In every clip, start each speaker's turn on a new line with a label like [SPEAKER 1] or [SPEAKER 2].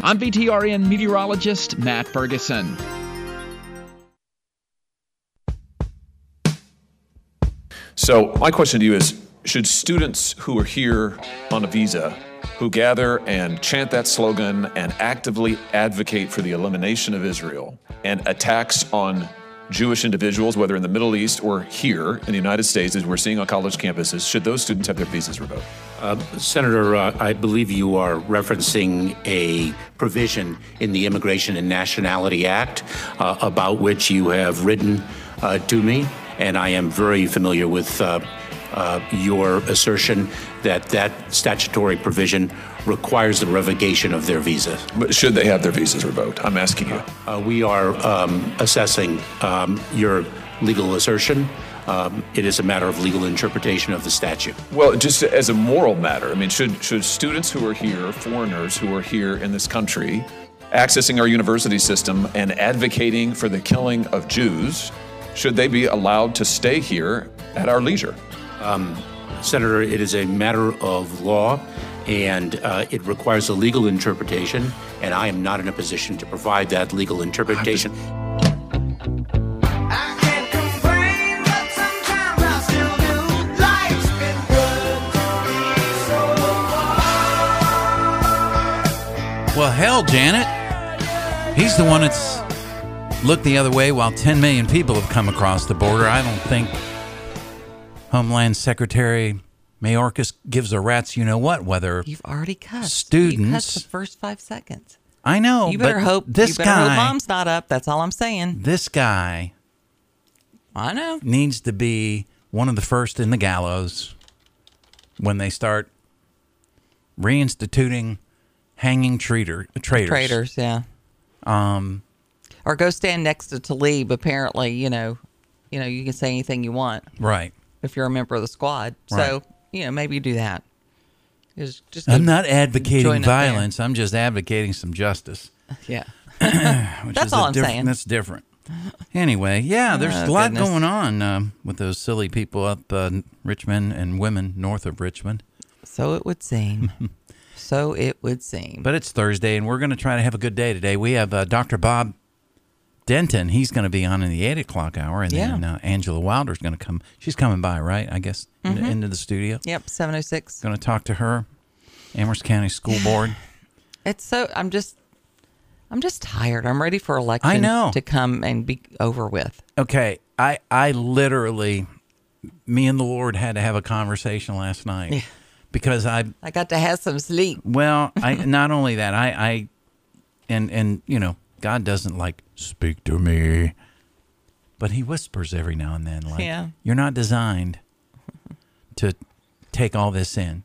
[SPEAKER 1] I'm VTRN meteorologist Matt Ferguson.
[SPEAKER 2] So, my question to you is Should students who are here on a visa, who gather and chant that slogan and actively advocate for the elimination of Israel and attacks on Jewish individuals, whether in the Middle East or here in the United States, as we're seeing on college campuses, should those students have their visas revoked?
[SPEAKER 3] Uh, Senator, uh, I believe you are referencing a provision in the Immigration and Nationality Act uh, about which you have written uh, to me, and I am very familiar with. uh, your assertion that that statutory provision requires the revocation of their visa. Uh,
[SPEAKER 2] But should they have their visas revoked? I'm asking you.
[SPEAKER 3] we are um, assessing um, your legal assertion. Um, it is a matter of legal interpretation of the statute.
[SPEAKER 2] Well, just as a moral matter, I mean, should should students who are here, foreigners who are here in this country, accessing our university system and advocating for the killing of Jews, should they be allowed to stay here at our leisure?
[SPEAKER 3] Um, Senator, it is a matter of law. And uh, it requires a legal interpretation, and I am not in a position to provide that legal interpretation.
[SPEAKER 4] Well, hell, Janet. He's the one that's looked the other way while 10 million people have come across the border. I don't think Homeland Secretary Mayorkas gives a rat's you know what whether
[SPEAKER 5] You've already cussed. You
[SPEAKER 4] Students-
[SPEAKER 5] cussed the first five seconds.
[SPEAKER 4] I know.
[SPEAKER 5] You better
[SPEAKER 4] but
[SPEAKER 5] hope
[SPEAKER 4] this
[SPEAKER 5] you better
[SPEAKER 4] guy.
[SPEAKER 5] hope mom's not up. That's all I'm saying.
[SPEAKER 4] this guy
[SPEAKER 5] I know.
[SPEAKER 4] needs to be one of the first in the gallows when they start reinstituting hanging traitor, traitors.
[SPEAKER 5] Traitors, yeah.
[SPEAKER 4] Um,
[SPEAKER 5] Or go stand next to Talib. Apparently, you know, you know, you can say anything you want
[SPEAKER 4] right.
[SPEAKER 5] if you're a member of the squad.
[SPEAKER 4] Right.
[SPEAKER 5] So you know, maybe you do that. Just, just
[SPEAKER 4] I'm
[SPEAKER 5] go-
[SPEAKER 4] not advocating
[SPEAKER 5] join up there.
[SPEAKER 4] violence. I'm just advocating some justice.
[SPEAKER 5] Yeah.
[SPEAKER 4] which
[SPEAKER 5] That's
[SPEAKER 4] is a
[SPEAKER 5] all I'm
[SPEAKER 4] diff-
[SPEAKER 5] saying.
[SPEAKER 4] That's different. Anyway, yeah, there's a
[SPEAKER 5] Oh,
[SPEAKER 4] lot
[SPEAKER 5] goodness.
[SPEAKER 4] going on um, with those silly people up uh, Richmond and women north of Richmond.
[SPEAKER 5] So it would seem. so it would seem.
[SPEAKER 4] But it's Thursday, and we're going to try to have a good day today. We have uh, Dr. Bob Denton. He's going to be on in the eight o'clock hour, and then
[SPEAKER 5] Yeah.
[SPEAKER 4] uh, Angela Wilder's going to come. She's coming by, right? I guess in-
[SPEAKER 5] Mm-hmm.
[SPEAKER 4] into the studio.
[SPEAKER 5] yep, seven oh six.
[SPEAKER 4] Going to talk to her, Amherst County School Board.
[SPEAKER 5] It's so I'm just I'm just tired. I'm ready for election
[SPEAKER 4] know.
[SPEAKER 5] to come and be over with.
[SPEAKER 4] Okay, I I literally, me and the Lord had to have a conversation last night because I
[SPEAKER 5] I got to have some sleep.
[SPEAKER 4] well I not only that I I, and and you know God doesn't like speak to me, but He whispers every now and then like
[SPEAKER 5] Yeah.
[SPEAKER 4] you're not designed to take all this in.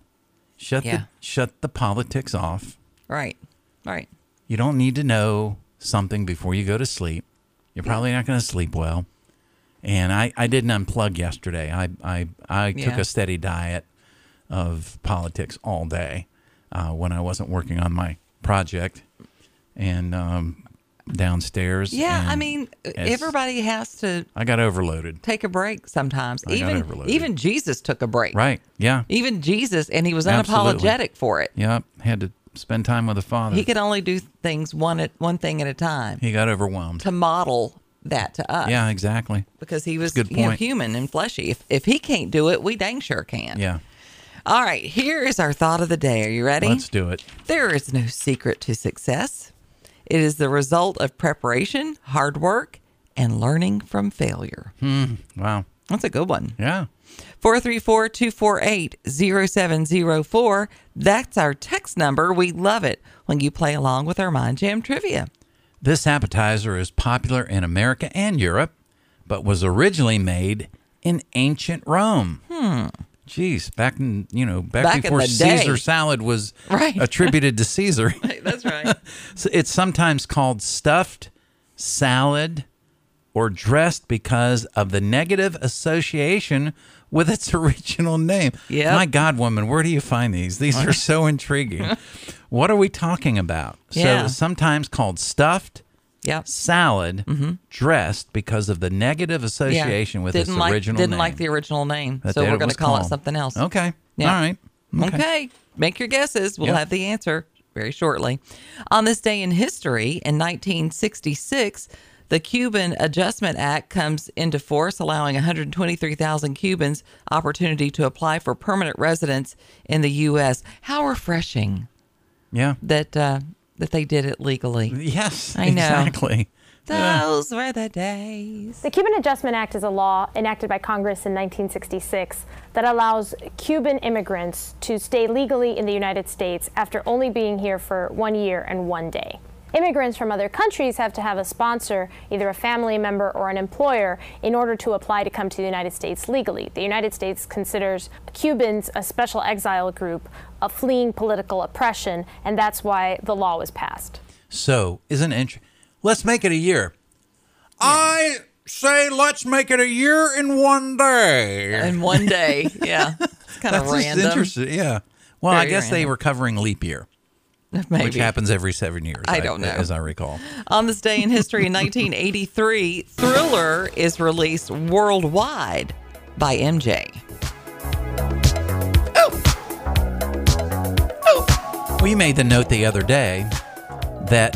[SPEAKER 4] Shut
[SPEAKER 5] Yeah.
[SPEAKER 4] the shut the politics off.
[SPEAKER 5] Right. Right.
[SPEAKER 4] You don't need to know something before you go to sleep. You're probably not going to sleep well. And I, I didn't unplug yesterday. I, I, I took
[SPEAKER 5] Yeah.
[SPEAKER 4] a steady diet of politics all day uh, when I wasn't working on my project and um, downstairs.
[SPEAKER 5] Yeah, I
[SPEAKER 4] and
[SPEAKER 5] mean, e-,
[SPEAKER 4] as-
[SPEAKER 5] everybody has to
[SPEAKER 4] I got overloaded.
[SPEAKER 5] take a break sometimes.
[SPEAKER 4] got
[SPEAKER 5] even
[SPEAKER 4] overloaded.
[SPEAKER 5] even Jesus took a break.
[SPEAKER 4] Right. Yeah.
[SPEAKER 5] Even Jesus, and he was
[SPEAKER 4] Absolutely.
[SPEAKER 5] unapologetic for it.
[SPEAKER 4] Yeah. Had to spend time with the father.
[SPEAKER 5] He could only do things one at one thing at a time
[SPEAKER 4] he got overwhelmed.
[SPEAKER 5] to model that to us.
[SPEAKER 4] Yeah, exactly.
[SPEAKER 5] Because he was
[SPEAKER 4] good
[SPEAKER 5] you know,
[SPEAKER 4] point.
[SPEAKER 5] human and fleshy. If, if he can't do it, we dang sure can.
[SPEAKER 4] Yeah.
[SPEAKER 5] All right, here is our thought of the day. Are you ready?
[SPEAKER 4] Let's do it.
[SPEAKER 5] There is no secret to success. It is the result of preparation, hard work, and learning from failure. Hmm,
[SPEAKER 4] Wow.
[SPEAKER 5] That's a good one.
[SPEAKER 4] Yeah.
[SPEAKER 5] 434 248 0704. That's our text number. We love it when you play along with our Mind Jam trivia.
[SPEAKER 4] This appetizer is popular in America and Europe, but was originally made in ancient Rome. Hmm. Jeez, back in you know back,
[SPEAKER 5] Back in
[SPEAKER 4] before
[SPEAKER 5] the day.
[SPEAKER 4] Caesar salad was
[SPEAKER 5] Right.
[SPEAKER 4] attributed to Caesar.
[SPEAKER 5] That's right.
[SPEAKER 4] So it's sometimes called stuffed salad or dressed because of the negative association with its original name.
[SPEAKER 5] Yep.
[SPEAKER 4] My God, woman, where do you find these? These are so intriguing. what are we talking about?
[SPEAKER 5] Yeah.
[SPEAKER 4] So sometimes called stuffed
[SPEAKER 5] yep.
[SPEAKER 4] salad dressed because of the negative association with
[SPEAKER 5] Mm-hmm. didn't
[SPEAKER 4] its
[SPEAKER 5] like,
[SPEAKER 4] original
[SPEAKER 5] Didn't
[SPEAKER 4] name.
[SPEAKER 5] like the original name.
[SPEAKER 4] That
[SPEAKER 5] so
[SPEAKER 4] it
[SPEAKER 5] we're going
[SPEAKER 4] was
[SPEAKER 5] to call it
[SPEAKER 4] called.
[SPEAKER 5] something else.
[SPEAKER 4] Okay.
[SPEAKER 5] Yeah.
[SPEAKER 4] All right.
[SPEAKER 5] Okay. Make your guesses. We'll
[SPEAKER 4] Yep.
[SPEAKER 5] have the answer very shortly. On this day in history, in 1966, the Cuban Adjustment Act comes into force, allowing 123,000 Cubans opportunity to apply for permanent residence in the U.S. How refreshing
[SPEAKER 4] Yeah.
[SPEAKER 5] that uh, that they did it legally.
[SPEAKER 4] Yes.
[SPEAKER 5] I know.
[SPEAKER 4] Exactly.
[SPEAKER 5] Those were the days.
[SPEAKER 6] The Cuban Adjustment Act is a law enacted by Congress in 1966 that allows Cuban immigrants to stay legally in the United States after only being here for one year and one day. Immigrants from other countries have to have a sponsor, either a family member or an employer, in order to apply to come to the United States legally. The United States considers Cubans a special exile group, a fleeing political oppression, and that's why the law was passed.
[SPEAKER 4] So, isn't it? Int- let's make it a year. I say let's make it a year in one day.
[SPEAKER 5] And one day, yeah, it's kind of
[SPEAKER 4] That's just
[SPEAKER 5] random.
[SPEAKER 4] interesting. Yeah. Well, I
[SPEAKER 5] Very
[SPEAKER 4] guess they
[SPEAKER 5] random.
[SPEAKER 4] were covering leap year,
[SPEAKER 5] Maybe.
[SPEAKER 4] which happens every seven years.
[SPEAKER 5] I don't know.
[SPEAKER 4] as I recall.
[SPEAKER 5] On this day in history in 1983, Thriller is released worldwide by MJ.
[SPEAKER 4] We made the note the other day that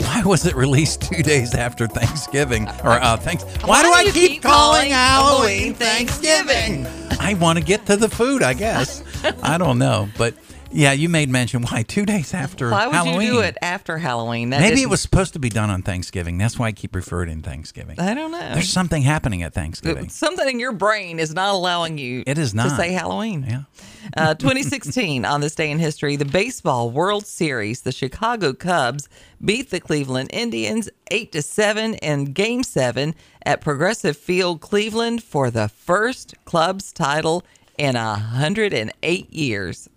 [SPEAKER 4] why was it released two days after Thanksgiving or uh, thanks? Why, do I
[SPEAKER 5] do you
[SPEAKER 4] keep,
[SPEAKER 5] keep
[SPEAKER 4] calling
[SPEAKER 5] calling
[SPEAKER 4] Halloween
[SPEAKER 5] Halloween
[SPEAKER 4] Thanksgiving? I want to get to the food, I guess. I don't know, but yeah, you made mention why two days after
[SPEAKER 5] Why would
[SPEAKER 4] Halloween.
[SPEAKER 5] you do it after Halloween? That
[SPEAKER 4] Maybe it
[SPEAKER 5] didn't-
[SPEAKER 4] was supposed to be done on Thanksgiving. That's why I keep referring in Thanksgiving.
[SPEAKER 5] I don't know.
[SPEAKER 4] There's something happening at Thanksgiving.
[SPEAKER 5] Something in your brain is not allowing you.
[SPEAKER 4] It is
[SPEAKER 5] to
[SPEAKER 4] not.
[SPEAKER 5] say Halloween.
[SPEAKER 4] Yeah.
[SPEAKER 5] Uh, 2016, on this day in history, the baseball World Series, the Chicago Cubs beat the Cleveland Indians eight to seven in Game Seven at Progressive Field, Cleveland, for the first club's title in 108 years.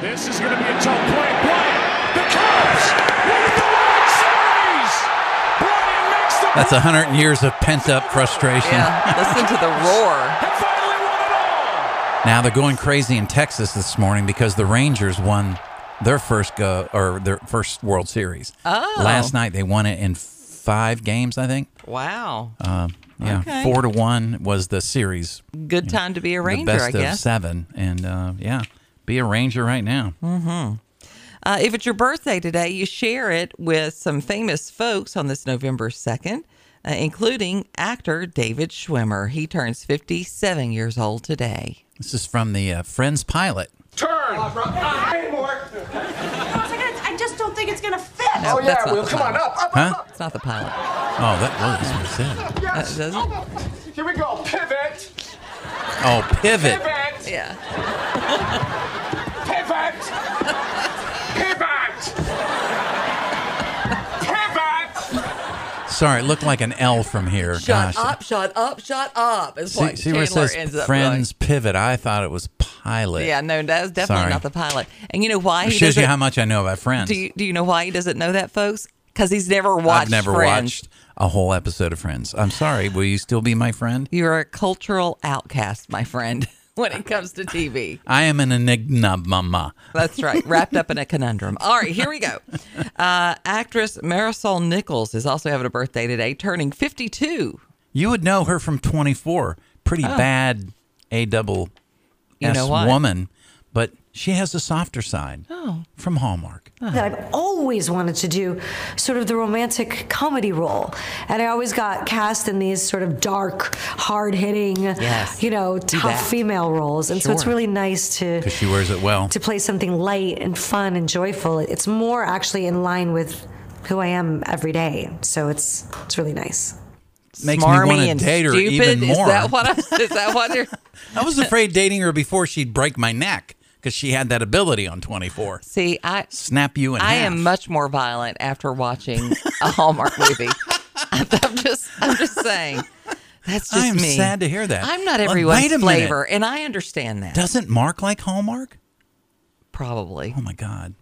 [SPEAKER 7] This is going to be a tough play. Bryant, the Cubs win the World Series. Bryant makes the
[SPEAKER 4] That's a hundred years of pent up frustration.
[SPEAKER 5] Yeah, listen to the roar.
[SPEAKER 7] and finally won it all.
[SPEAKER 4] Now they're going crazy in Texas this morning because the Rangers won their first go or their first World Series.
[SPEAKER 5] Oh.
[SPEAKER 4] Last night they won it in five games, I think.
[SPEAKER 5] Wow,
[SPEAKER 4] Uh, Yeah,
[SPEAKER 5] Okay.
[SPEAKER 4] four to one was the series.
[SPEAKER 5] good time to be a Ranger,
[SPEAKER 4] the best
[SPEAKER 5] I
[SPEAKER 4] of
[SPEAKER 5] guess.
[SPEAKER 4] seven, and uh, yeah, be a Ranger right now.
[SPEAKER 5] Uh, if it's your birthday today, you share it with some famous folks on this November 2nd, uh, including actor David Schwimmer. He turns 57 years old today.
[SPEAKER 4] This is from the uh, Friends pilot.
[SPEAKER 8] Uh, I just don't think it's gonna fit.
[SPEAKER 5] oh, yeah, Will, come on
[SPEAKER 9] up, up,
[SPEAKER 4] Huh?
[SPEAKER 5] It's not the pilot.
[SPEAKER 4] Oh, that was what it said.
[SPEAKER 5] That doesn't-
[SPEAKER 9] Oh, Here we go. Pivot.
[SPEAKER 4] Oh, pivot.
[SPEAKER 9] Pivot.
[SPEAKER 5] yeah.
[SPEAKER 9] Pivot. Pivot. Pivot.
[SPEAKER 4] Sorry, it looked like an L from here.
[SPEAKER 5] Shut
[SPEAKER 4] Oh, Gosh.
[SPEAKER 5] up, shut up, shut up. Is
[SPEAKER 4] See,
[SPEAKER 5] what
[SPEAKER 4] see where
[SPEAKER 5] Chandler
[SPEAKER 4] it says
[SPEAKER 5] ends up
[SPEAKER 4] Friends pivot. I thought it was pilot.
[SPEAKER 5] doing. Yeah, no, that's definitely
[SPEAKER 4] Sorry.
[SPEAKER 5] not the pilot. And you know why
[SPEAKER 4] It
[SPEAKER 5] he
[SPEAKER 4] shows
[SPEAKER 5] doesn't
[SPEAKER 4] you how much I know about Friends.
[SPEAKER 5] do you, do you know why he doesn't know that, folks? Because he's never watched
[SPEAKER 4] I've never
[SPEAKER 5] Friends.
[SPEAKER 4] watched a whole episode of Friends. I'm sorry. Will you still be my friend?
[SPEAKER 5] You're a cultural outcast, my friend, when it comes to TV.
[SPEAKER 4] I am an enigma, mama.
[SPEAKER 5] That's right. Wrapped up in a conundrum. All right, here we go. Uh, actress Marisol Nichols is also having a birthday today, turning 52.
[SPEAKER 4] You would know her from 24. Pretty bad A double
[SPEAKER 5] Oh. You
[SPEAKER 4] S
[SPEAKER 5] know what?
[SPEAKER 4] woman, but she has a softer side oh. from Hallmark.
[SPEAKER 8] That I've always wanted to do sort of the romantic comedy role. And I always got cast in these sort of dark, hard hitting,
[SPEAKER 5] Yes.
[SPEAKER 8] you know,
[SPEAKER 5] Do
[SPEAKER 8] tough
[SPEAKER 5] that.
[SPEAKER 8] female roles. And so it's
[SPEAKER 5] Sure.
[SPEAKER 8] really nice to
[SPEAKER 4] Because she wears it well.
[SPEAKER 8] to play something light and fun and joyful. It's more actually in line with who I am every day. So it's it's really nice.
[SPEAKER 4] Makes me
[SPEAKER 5] Smarmy
[SPEAKER 4] wanna
[SPEAKER 5] and
[SPEAKER 4] date her
[SPEAKER 5] stupid.
[SPEAKER 4] even more.
[SPEAKER 5] Is that what? I, is that what? You're,
[SPEAKER 4] I was afraid dating her before she'd break my neck because she had that ability on 24.
[SPEAKER 5] see, I
[SPEAKER 4] Snap you in
[SPEAKER 5] I
[SPEAKER 4] half.
[SPEAKER 5] am much more violent after watching a Hallmark movie. I'm just I'm just saying. That's just
[SPEAKER 4] I am
[SPEAKER 5] me.
[SPEAKER 4] sad to hear that.
[SPEAKER 5] I'm not
[SPEAKER 4] Well,
[SPEAKER 5] everyone's
[SPEAKER 4] wait a minute.
[SPEAKER 5] flavor, and I understand that.
[SPEAKER 4] Doesn't Mark like Hallmark?
[SPEAKER 5] Probably.
[SPEAKER 4] Oh my God.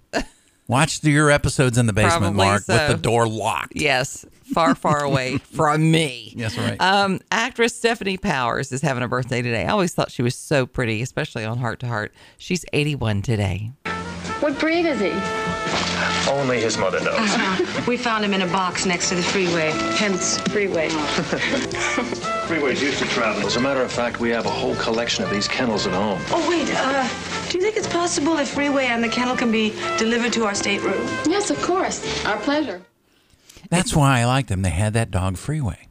[SPEAKER 4] Watch the- your episodes in the basement,
[SPEAKER 5] Probably
[SPEAKER 4] Mark, with
[SPEAKER 5] so.
[SPEAKER 4] the door locked.
[SPEAKER 5] Yes, far, far away from me.
[SPEAKER 4] Yes, right.
[SPEAKER 5] Um, actress Stephanie Powers is having a birthday today. I always thought she was so pretty, especially on Heart to Heart. She's 81 today.
[SPEAKER 10] What breed is he?
[SPEAKER 11] Only his mother knows.
[SPEAKER 10] We found him in a box next to the freeway, hence freeway.
[SPEAKER 11] Freeways used to travel. As a matter of fact, we have a whole collection of these kennels at home.
[SPEAKER 10] Oh, wait, uh, do you think it's possible if freeway and the kennel can be delivered to our stateroom? Yes, of course. Our pleasure.
[SPEAKER 4] That's why I like them. They had that dog freeway.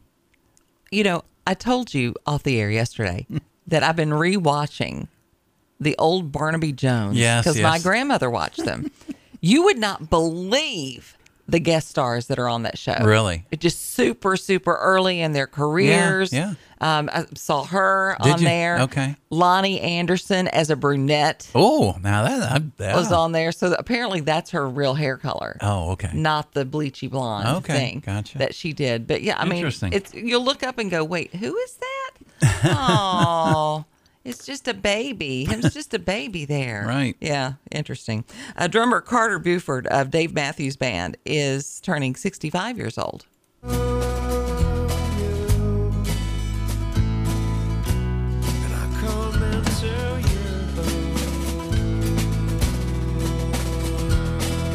[SPEAKER 5] You know, I told you off the air yesterday that I've been rewatching the old Barnaby Jones
[SPEAKER 4] Yes,
[SPEAKER 5] because my
[SPEAKER 4] yes.
[SPEAKER 5] grandmother watched them. you would not believe the guest stars that are on that show.
[SPEAKER 4] Really?
[SPEAKER 5] It just super super early in their careers.
[SPEAKER 4] yeah.
[SPEAKER 5] Um, I saw her
[SPEAKER 4] Did
[SPEAKER 5] on
[SPEAKER 4] you?
[SPEAKER 5] there.
[SPEAKER 4] Okay.
[SPEAKER 5] Lonnie Anderson as a brunette
[SPEAKER 4] Oh, now that, I, that
[SPEAKER 5] was on there. So apparently that's her real hair color.
[SPEAKER 4] Oh, okay. Oh,
[SPEAKER 5] Not the bleachy blonde
[SPEAKER 4] Okay,
[SPEAKER 5] thing
[SPEAKER 4] gotcha.
[SPEAKER 5] that she did. But yeah, I mean,
[SPEAKER 4] Interesting.
[SPEAKER 5] it's you'll look up and go, wait, who is that? Oh, it's just a baby. It's just a baby there.
[SPEAKER 4] Right.
[SPEAKER 5] Yeah, interesting. Uh, drummer Carter Buford of Dave Matthews Band is turning 65 years old.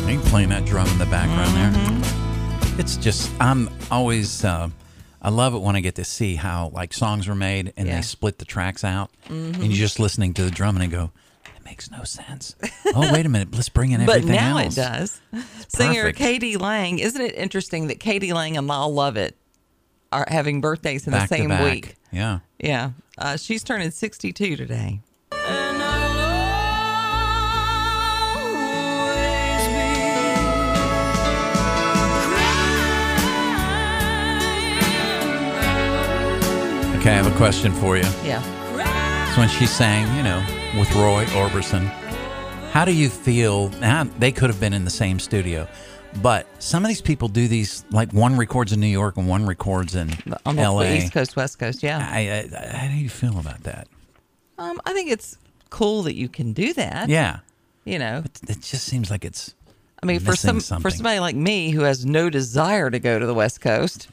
[SPEAKER 4] You can play that drum in the background
[SPEAKER 5] Mm-hmm.
[SPEAKER 4] there. It's just I'm always uh, I love it when I get to see how like songs were made and
[SPEAKER 5] Yeah. Mm-hmm.
[SPEAKER 4] they split the tracks out and you're just listening to the drum and I go, it makes no sense. oh wait a minute, let's bring in
[SPEAKER 5] But
[SPEAKER 4] everything
[SPEAKER 5] now
[SPEAKER 4] else.
[SPEAKER 5] it does. Singer
[SPEAKER 4] perfect.
[SPEAKER 5] Katie Lang. Isn't it interesting that Katie Lang and Lyle Lovett are having birthdays in
[SPEAKER 4] Back
[SPEAKER 5] the
[SPEAKER 4] to
[SPEAKER 5] same
[SPEAKER 4] back.
[SPEAKER 5] week?
[SPEAKER 4] Yeah.
[SPEAKER 5] Yeah. Uh, she's turning 62 today.
[SPEAKER 4] Okay, I have a question for you.
[SPEAKER 5] Yeah.
[SPEAKER 4] It's when she sang, you know, with Roy Orbison. How do you feel? Now, they could have been in the same studio, but some of these people do these like one records in New York and one records in
[SPEAKER 5] Uh, On the
[SPEAKER 4] L.A.
[SPEAKER 5] East Coast, West Coast. Yeah.
[SPEAKER 4] I, I, I, how do you feel about that?
[SPEAKER 5] Um, I think it's cool that you can do that.
[SPEAKER 4] Yeah,
[SPEAKER 5] You know,
[SPEAKER 4] it just seems like it's.
[SPEAKER 5] I mean, for some
[SPEAKER 4] missing
[SPEAKER 5] for
[SPEAKER 4] something.
[SPEAKER 5] somebody like me who has no desire to go to the West Coast,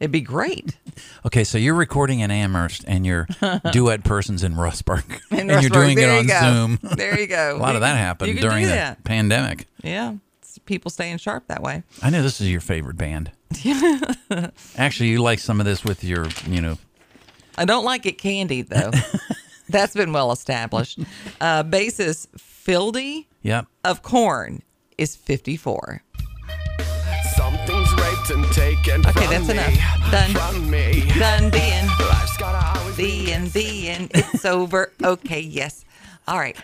[SPEAKER 5] it'd be great.
[SPEAKER 4] Okay, so you're recording in Amherst and your duet person's in Rustburg,
[SPEAKER 5] In
[SPEAKER 4] and you're
[SPEAKER 5] Rustburg,
[SPEAKER 4] doing it
[SPEAKER 5] there you
[SPEAKER 4] on
[SPEAKER 5] go.
[SPEAKER 4] Zoom.
[SPEAKER 5] There you
[SPEAKER 4] A
[SPEAKER 5] go.
[SPEAKER 4] lot
[SPEAKER 5] You
[SPEAKER 4] of that
[SPEAKER 5] can- you
[SPEAKER 4] happened
[SPEAKER 5] can
[SPEAKER 4] during
[SPEAKER 5] do
[SPEAKER 4] the
[SPEAKER 5] that.
[SPEAKER 4] pandemic.
[SPEAKER 5] yeah, it's people staying sharp that way.
[SPEAKER 4] I know this is your favorite band. Actually, you like some of this with your, you know,
[SPEAKER 5] I don't like it candied though. That's been well established. Uh, bassist Fildy
[SPEAKER 4] yep.
[SPEAKER 5] of Corn is 54.
[SPEAKER 12] Something's raped and taken
[SPEAKER 5] Okay,
[SPEAKER 12] from
[SPEAKER 5] that's
[SPEAKER 12] me.
[SPEAKER 5] enough. Done.
[SPEAKER 12] From me.
[SPEAKER 5] Done being.
[SPEAKER 12] Life's gotta always be.
[SPEAKER 5] The and the and it's over. Okay, yes. All right.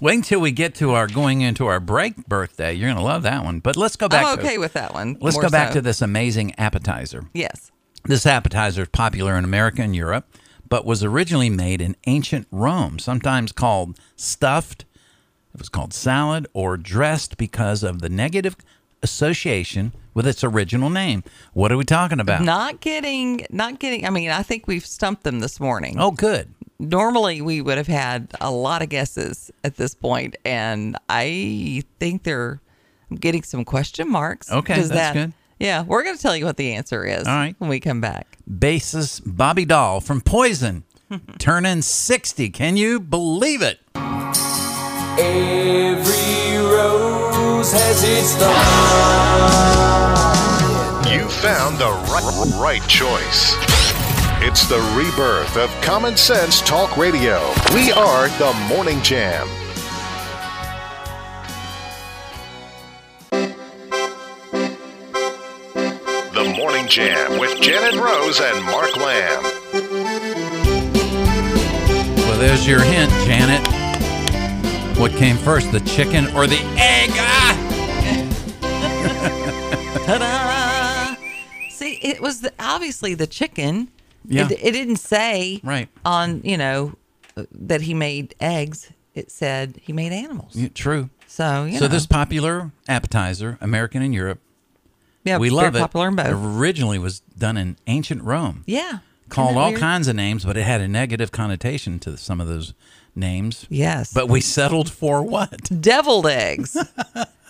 [SPEAKER 4] Wait until we get to our going into our break birthday. You're going to love that one. But let's go back.
[SPEAKER 5] I'm
[SPEAKER 4] to-
[SPEAKER 5] Oh, okay with that one.
[SPEAKER 4] Let's
[SPEAKER 5] more
[SPEAKER 4] go back
[SPEAKER 5] so.
[SPEAKER 4] to this amazing appetizer.
[SPEAKER 5] Yes.
[SPEAKER 4] This appetizer is popular in America and Europe, but was originally made in ancient Rome, sometimes called stuffed. It was called salad or dressed because of the negative association with its original name. What are we talking about?
[SPEAKER 5] Not getting, not getting. I mean, I think we've stumped them this morning.
[SPEAKER 4] Oh, good.
[SPEAKER 5] Normally, we would have had a lot of guesses at this point, and I think they're I'm getting some question marks.
[SPEAKER 4] Okay,
[SPEAKER 5] 'cause
[SPEAKER 4] that's good.
[SPEAKER 5] Yeah, we're going to tell you what the answer is.
[SPEAKER 4] All right.
[SPEAKER 5] when we come back.
[SPEAKER 4] Bassist Bobby Dahl from Poison turning 60. Can you believe it?
[SPEAKER 7] Every rose has its
[SPEAKER 13] You found the right, right choice. It's the rebirth of Common Sense Talk Radio. We are the Morning Jam. The Morning Jam with Janet Rose and Mark Lamb.
[SPEAKER 4] Well, there's your hint, Janet. What came first, the chicken or the egg? Ah!
[SPEAKER 5] Ta-da! See, it was the, obviously the chicken.
[SPEAKER 4] Yeah.
[SPEAKER 5] It, it didn't say
[SPEAKER 4] Right.
[SPEAKER 5] on you know that he made eggs. It said he made animals.
[SPEAKER 4] Yeah, true.
[SPEAKER 5] So you
[SPEAKER 4] So
[SPEAKER 5] know.
[SPEAKER 4] this popular appetizer, American and Europe,
[SPEAKER 5] yeah,
[SPEAKER 4] we
[SPEAKER 5] it's
[SPEAKER 4] love
[SPEAKER 5] very
[SPEAKER 4] it.
[SPEAKER 5] Popular in both.
[SPEAKER 4] Originally was done in ancient Rome.
[SPEAKER 5] Yeah. Isn't
[SPEAKER 4] Called
[SPEAKER 5] that
[SPEAKER 4] all
[SPEAKER 5] weird?
[SPEAKER 4] kinds of names, but it had a negative connotation to some of those names.
[SPEAKER 5] Yes.
[SPEAKER 4] But we settled for what?
[SPEAKER 5] Deviled eggs.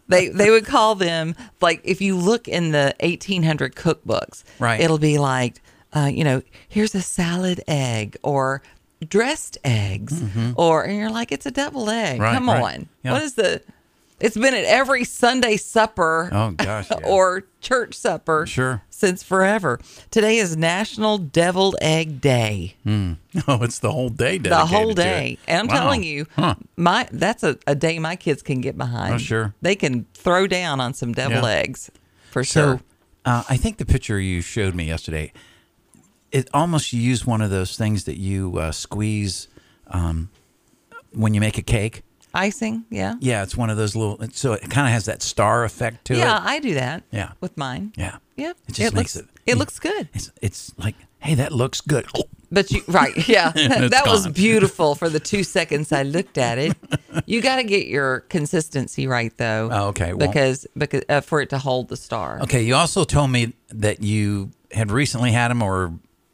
[SPEAKER 5] they they would call them like if you look in the 1800 cookbooks,
[SPEAKER 4] Right.
[SPEAKER 5] It'll be like, uh, you know, here's a salad egg or dressed eggs, or and you're like, it's a double egg.
[SPEAKER 4] Mm-hmm. Right,
[SPEAKER 5] Come
[SPEAKER 4] right.
[SPEAKER 5] on,
[SPEAKER 4] Yeah.
[SPEAKER 5] what is the? It's been at every Sunday supper.
[SPEAKER 4] Oh, gosh, yeah.
[SPEAKER 5] or church supper.
[SPEAKER 4] Sure.
[SPEAKER 5] Since forever. Today is National Deviled Egg Day.
[SPEAKER 4] Hmm. Oh, it's the whole day.
[SPEAKER 5] The whole
[SPEAKER 4] dedicated to it.
[SPEAKER 5] day. And I'm
[SPEAKER 4] Wow.
[SPEAKER 5] telling you,
[SPEAKER 4] Huh.
[SPEAKER 5] my that's a, a day my kids can get behind.
[SPEAKER 4] Oh, sure.
[SPEAKER 5] They can throw down on some devil
[SPEAKER 4] Yeah.
[SPEAKER 5] eggs for
[SPEAKER 4] so,
[SPEAKER 5] sure.
[SPEAKER 4] Uh, I think the picture you showed me yesterday, it almost you use one of those things that you uh, squeeze um, when you make a cake.
[SPEAKER 5] Icing, yeah.
[SPEAKER 4] Yeah, it's one of those little. So it kind of has that star effect to
[SPEAKER 5] yeah,
[SPEAKER 4] it.
[SPEAKER 5] I do that.
[SPEAKER 4] Yeah.
[SPEAKER 5] With mine.
[SPEAKER 4] Yeah.
[SPEAKER 5] Yeah.
[SPEAKER 4] It just makes
[SPEAKER 5] looks,
[SPEAKER 4] it-
[SPEAKER 5] it looks good.
[SPEAKER 4] It's, it's like, hey, that looks good.
[SPEAKER 5] But you right, yeah.
[SPEAKER 4] It's
[SPEAKER 5] that was
[SPEAKER 4] gone.
[SPEAKER 5] beautiful for the two seconds I looked at it. You got to get your consistency right though.
[SPEAKER 4] Oh, okay. Well-
[SPEAKER 5] Because because uh, for it to hold the star.
[SPEAKER 4] Okay, you also told me that you had recently had them or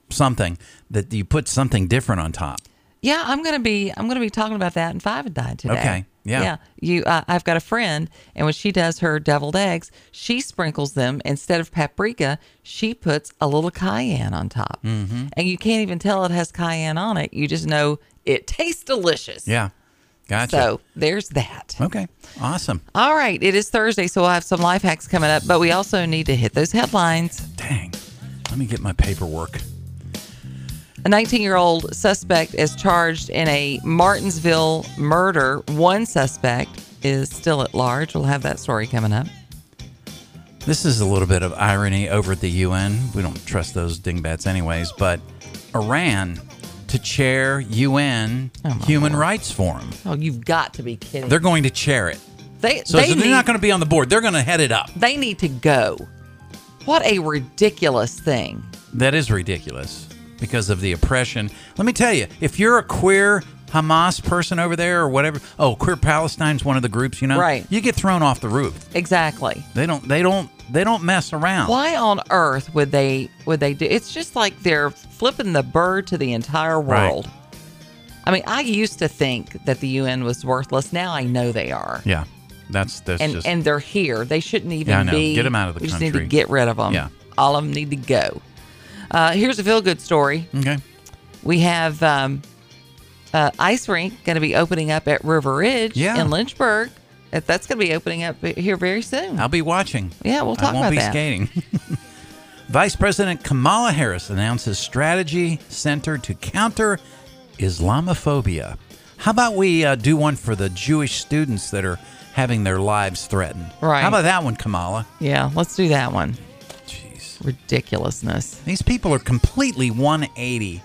[SPEAKER 4] something that you put something different on top.
[SPEAKER 5] Yeah, I'm gonna be I'm gonna be talking about that in Five and Dine today.
[SPEAKER 4] Okay, yeah.
[SPEAKER 5] Yeah. You, uh, I've got a friend, and when she does her deviled eggs, she sprinkles them instead of paprika. She puts a little cayenne on top,
[SPEAKER 4] Mhm.
[SPEAKER 5] and you can't even tell it has cayenne on it. You just know it tastes delicious.
[SPEAKER 4] Yeah. Gotcha.
[SPEAKER 5] So there's that.
[SPEAKER 4] Okay. Awesome.
[SPEAKER 5] All right, it is Thursday, so we'll have some life hacks coming up, but we also need to hit those headlines.
[SPEAKER 4] Dang. Let me get my paperwork.
[SPEAKER 5] A 19 year old suspect is charged in a Martinsville murder. One suspect is still at large. We'll have that story coming up.
[SPEAKER 4] This is a little bit of irony over at the UN. We don't trust those dingbats, anyways. But Iran to chair UN Human Rights Forum.
[SPEAKER 5] Oh, you've got to be kidding.
[SPEAKER 4] They're going to chair it.
[SPEAKER 5] They,
[SPEAKER 4] So,
[SPEAKER 5] they,
[SPEAKER 4] so they're
[SPEAKER 5] need,
[SPEAKER 4] not going to be on the board. They're going to head it up.
[SPEAKER 5] they need to go. What a ridiculous thing.
[SPEAKER 4] That is ridiculous because of the oppression. Let me tell you, if you're a queer Hamas person over there or whatever, oh, queer Palestine's one of the groups, you know,
[SPEAKER 5] Right.
[SPEAKER 4] You get thrown off the roof.
[SPEAKER 5] Exactly.
[SPEAKER 4] They don't. They don't. They don't mess around.
[SPEAKER 5] Why on earth would they would they do? It's just like they're flipping the bird to the entire
[SPEAKER 4] Right.
[SPEAKER 5] world. I mean, I used to think that the UN was worthless. Now I know they are.
[SPEAKER 4] Yeah, that's that's
[SPEAKER 5] and
[SPEAKER 4] just
[SPEAKER 5] and they're here. They shouldn't even
[SPEAKER 4] Yeah, I know.
[SPEAKER 5] be.
[SPEAKER 4] Get 'em out of the
[SPEAKER 5] we just
[SPEAKER 4] country.
[SPEAKER 5] need to get rid of them.
[SPEAKER 4] Yeah.
[SPEAKER 5] all of them need to go. Uh, here's a feel good story.
[SPEAKER 4] Okay,
[SPEAKER 5] we have um, uh, ice rink going to be opening up at River Ridge
[SPEAKER 4] Yeah.
[SPEAKER 5] in Lynchburg. That- That's going to be opening up here very soon.
[SPEAKER 4] I'll be watching.
[SPEAKER 5] Yeah, we'll talk
[SPEAKER 4] I won't
[SPEAKER 5] about
[SPEAKER 4] be
[SPEAKER 5] that.
[SPEAKER 4] skating. Vice President Kamala Harris announces strategy center to counter Islamophobia. How about we uh, do one for the Jewish students that are having their lives threatened?
[SPEAKER 5] Right.
[SPEAKER 4] How about that one, Kamala?
[SPEAKER 5] Yeah, let's do that one. Jeez, ridiculousness.
[SPEAKER 4] These people are completely 180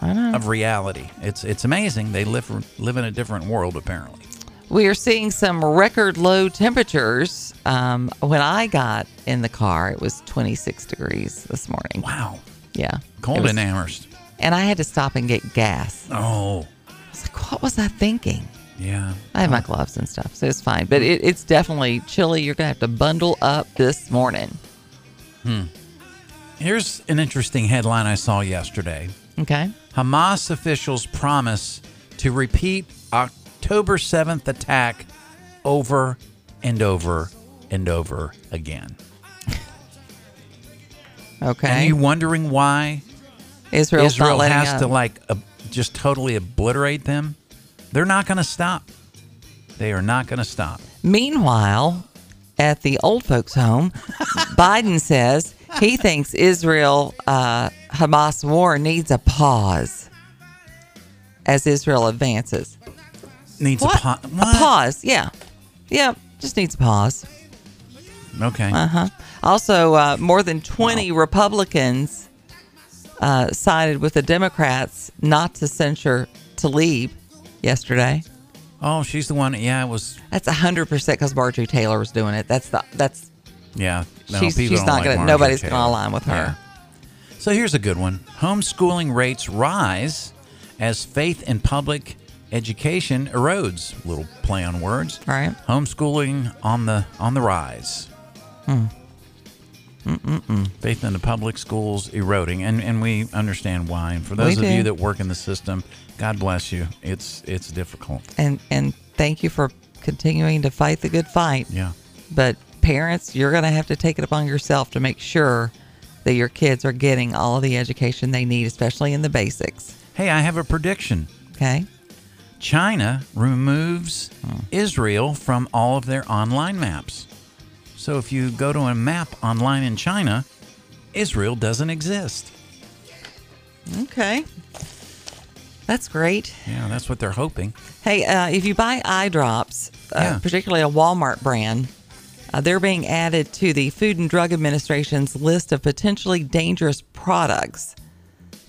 [SPEAKER 5] I know.
[SPEAKER 4] of reality. It's it's amazing. They live live in a different world apparently.
[SPEAKER 5] We are seeing some record low temperatures. Um, when I got in the car, it was 26 degrees this morning.
[SPEAKER 4] Wow.
[SPEAKER 5] Yeah.
[SPEAKER 4] Cold
[SPEAKER 5] It was-
[SPEAKER 4] in Amherst.
[SPEAKER 5] And I had to stop and get gas.
[SPEAKER 4] Oh,
[SPEAKER 5] It's like, what was I thinking?
[SPEAKER 4] yeah.
[SPEAKER 5] I had my gloves and stuff, so it's fine. But it, it's definitely chilly. You're going to have to bundle up this morning.
[SPEAKER 4] Hmm. Here's an interesting headline I saw yesterday.
[SPEAKER 5] Okay.
[SPEAKER 4] Hamas officials promise to repeat October 7th attack over and over and over again.
[SPEAKER 5] Okay.
[SPEAKER 4] And you wondering why
[SPEAKER 5] Israel's not
[SPEAKER 4] Israel
[SPEAKER 5] letting
[SPEAKER 4] has
[SPEAKER 5] up.
[SPEAKER 4] to like ob- just totally obliterate them? They're not going to stop. They are not going to stop.
[SPEAKER 5] Meanwhile, at the old folks' home, Biden says he thinks Israel uh, Hamas war needs a pause as Israel advances.
[SPEAKER 4] Needs
[SPEAKER 5] What?
[SPEAKER 4] a pause.
[SPEAKER 5] A pause, yeah. Yeah, just needs a pause.
[SPEAKER 4] Okay.
[SPEAKER 5] Uh huh. Also, uh, more than 20 Republicans uh, sided with the Democrats not to censure Tlaib yesterday.
[SPEAKER 4] Oh, she's the one. Yeah, it was.
[SPEAKER 5] That's 100% because Marjorie Taylor was doing it. That's the, that's,
[SPEAKER 4] Yeah.
[SPEAKER 5] She's-
[SPEAKER 4] people
[SPEAKER 5] she's
[SPEAKER 4] don't
[SPEAKER 5] not
[SPEAKER 4] like
[SPEAKER 5] gonna-
[SPEAKER 4] Marjorie
[SPEAKER 5] nobody's gonna
[SPEAKER 4] Taylor.
[SPEAKER 5] align with her.
[SPEAKER 4] Yeah. So here's a good one. Homeschooling rates rise as faith in public education erodes. Little play on words.
[SPEAKER 5] All right.
[SPEAKER 4] Homeschooling on the on the rise.
[SPEAKER 5] Hmm.
[SPEAKER 4] Faith in the public schools eroding, and and we understand why. And for those
[SPEAKER 5] We
[SPEAKER 4] of you
[SPEAKER 5] do.
[SPEAKER 4] that work in the system, God bless you. It's it's difficult.
[SPEAKER 5] and, and thank you for continuing to fight the good fight.
[SPEAKER 4] Yeah.
[SPEAKER 5] But parents, you're going to have to take it upon yourself to make sure that your kids are getting all of the education they need, especially in the basics.
[SPEAKER 4] Hey, I have a prediction.
[SPEAKER 5] Okay.
[SPEAKER 4] China removes Israel from all of their online maps. So if you go to a map online in China, Israel doesn't exist.
[SPEAKER 5] Okay. That's great.
[SPEAKER 4] Yeah, that's what they're hoping.
[SPEAKER 5] Hey, uh, if you buy eye drops, uh, particularly a Walmart brand, uh, they're being added to the Food and Drug Administration's list of potentially dangerous products.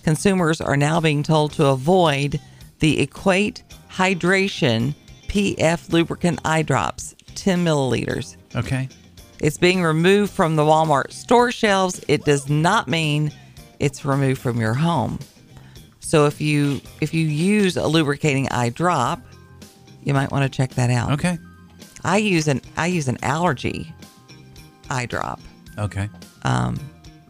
[SPEAKER 5] Consumers are now being told to avoid the Equate Hydration PF lubricant eye drops, 10 milliliters.
[SPEAKER 4] Okay.
[SPEAKER 5] It's being removed from the Walmart store shelves. It does not mean it's removed from your home. So if you if you use a lubricating eye drop, you might want to check that out.
[SPEAKER 4] Okay.
[SPEAKER 5] I use an I use an allergy eye drop
[SPEAKER 4] Okay.
[SPEAKER 5] um,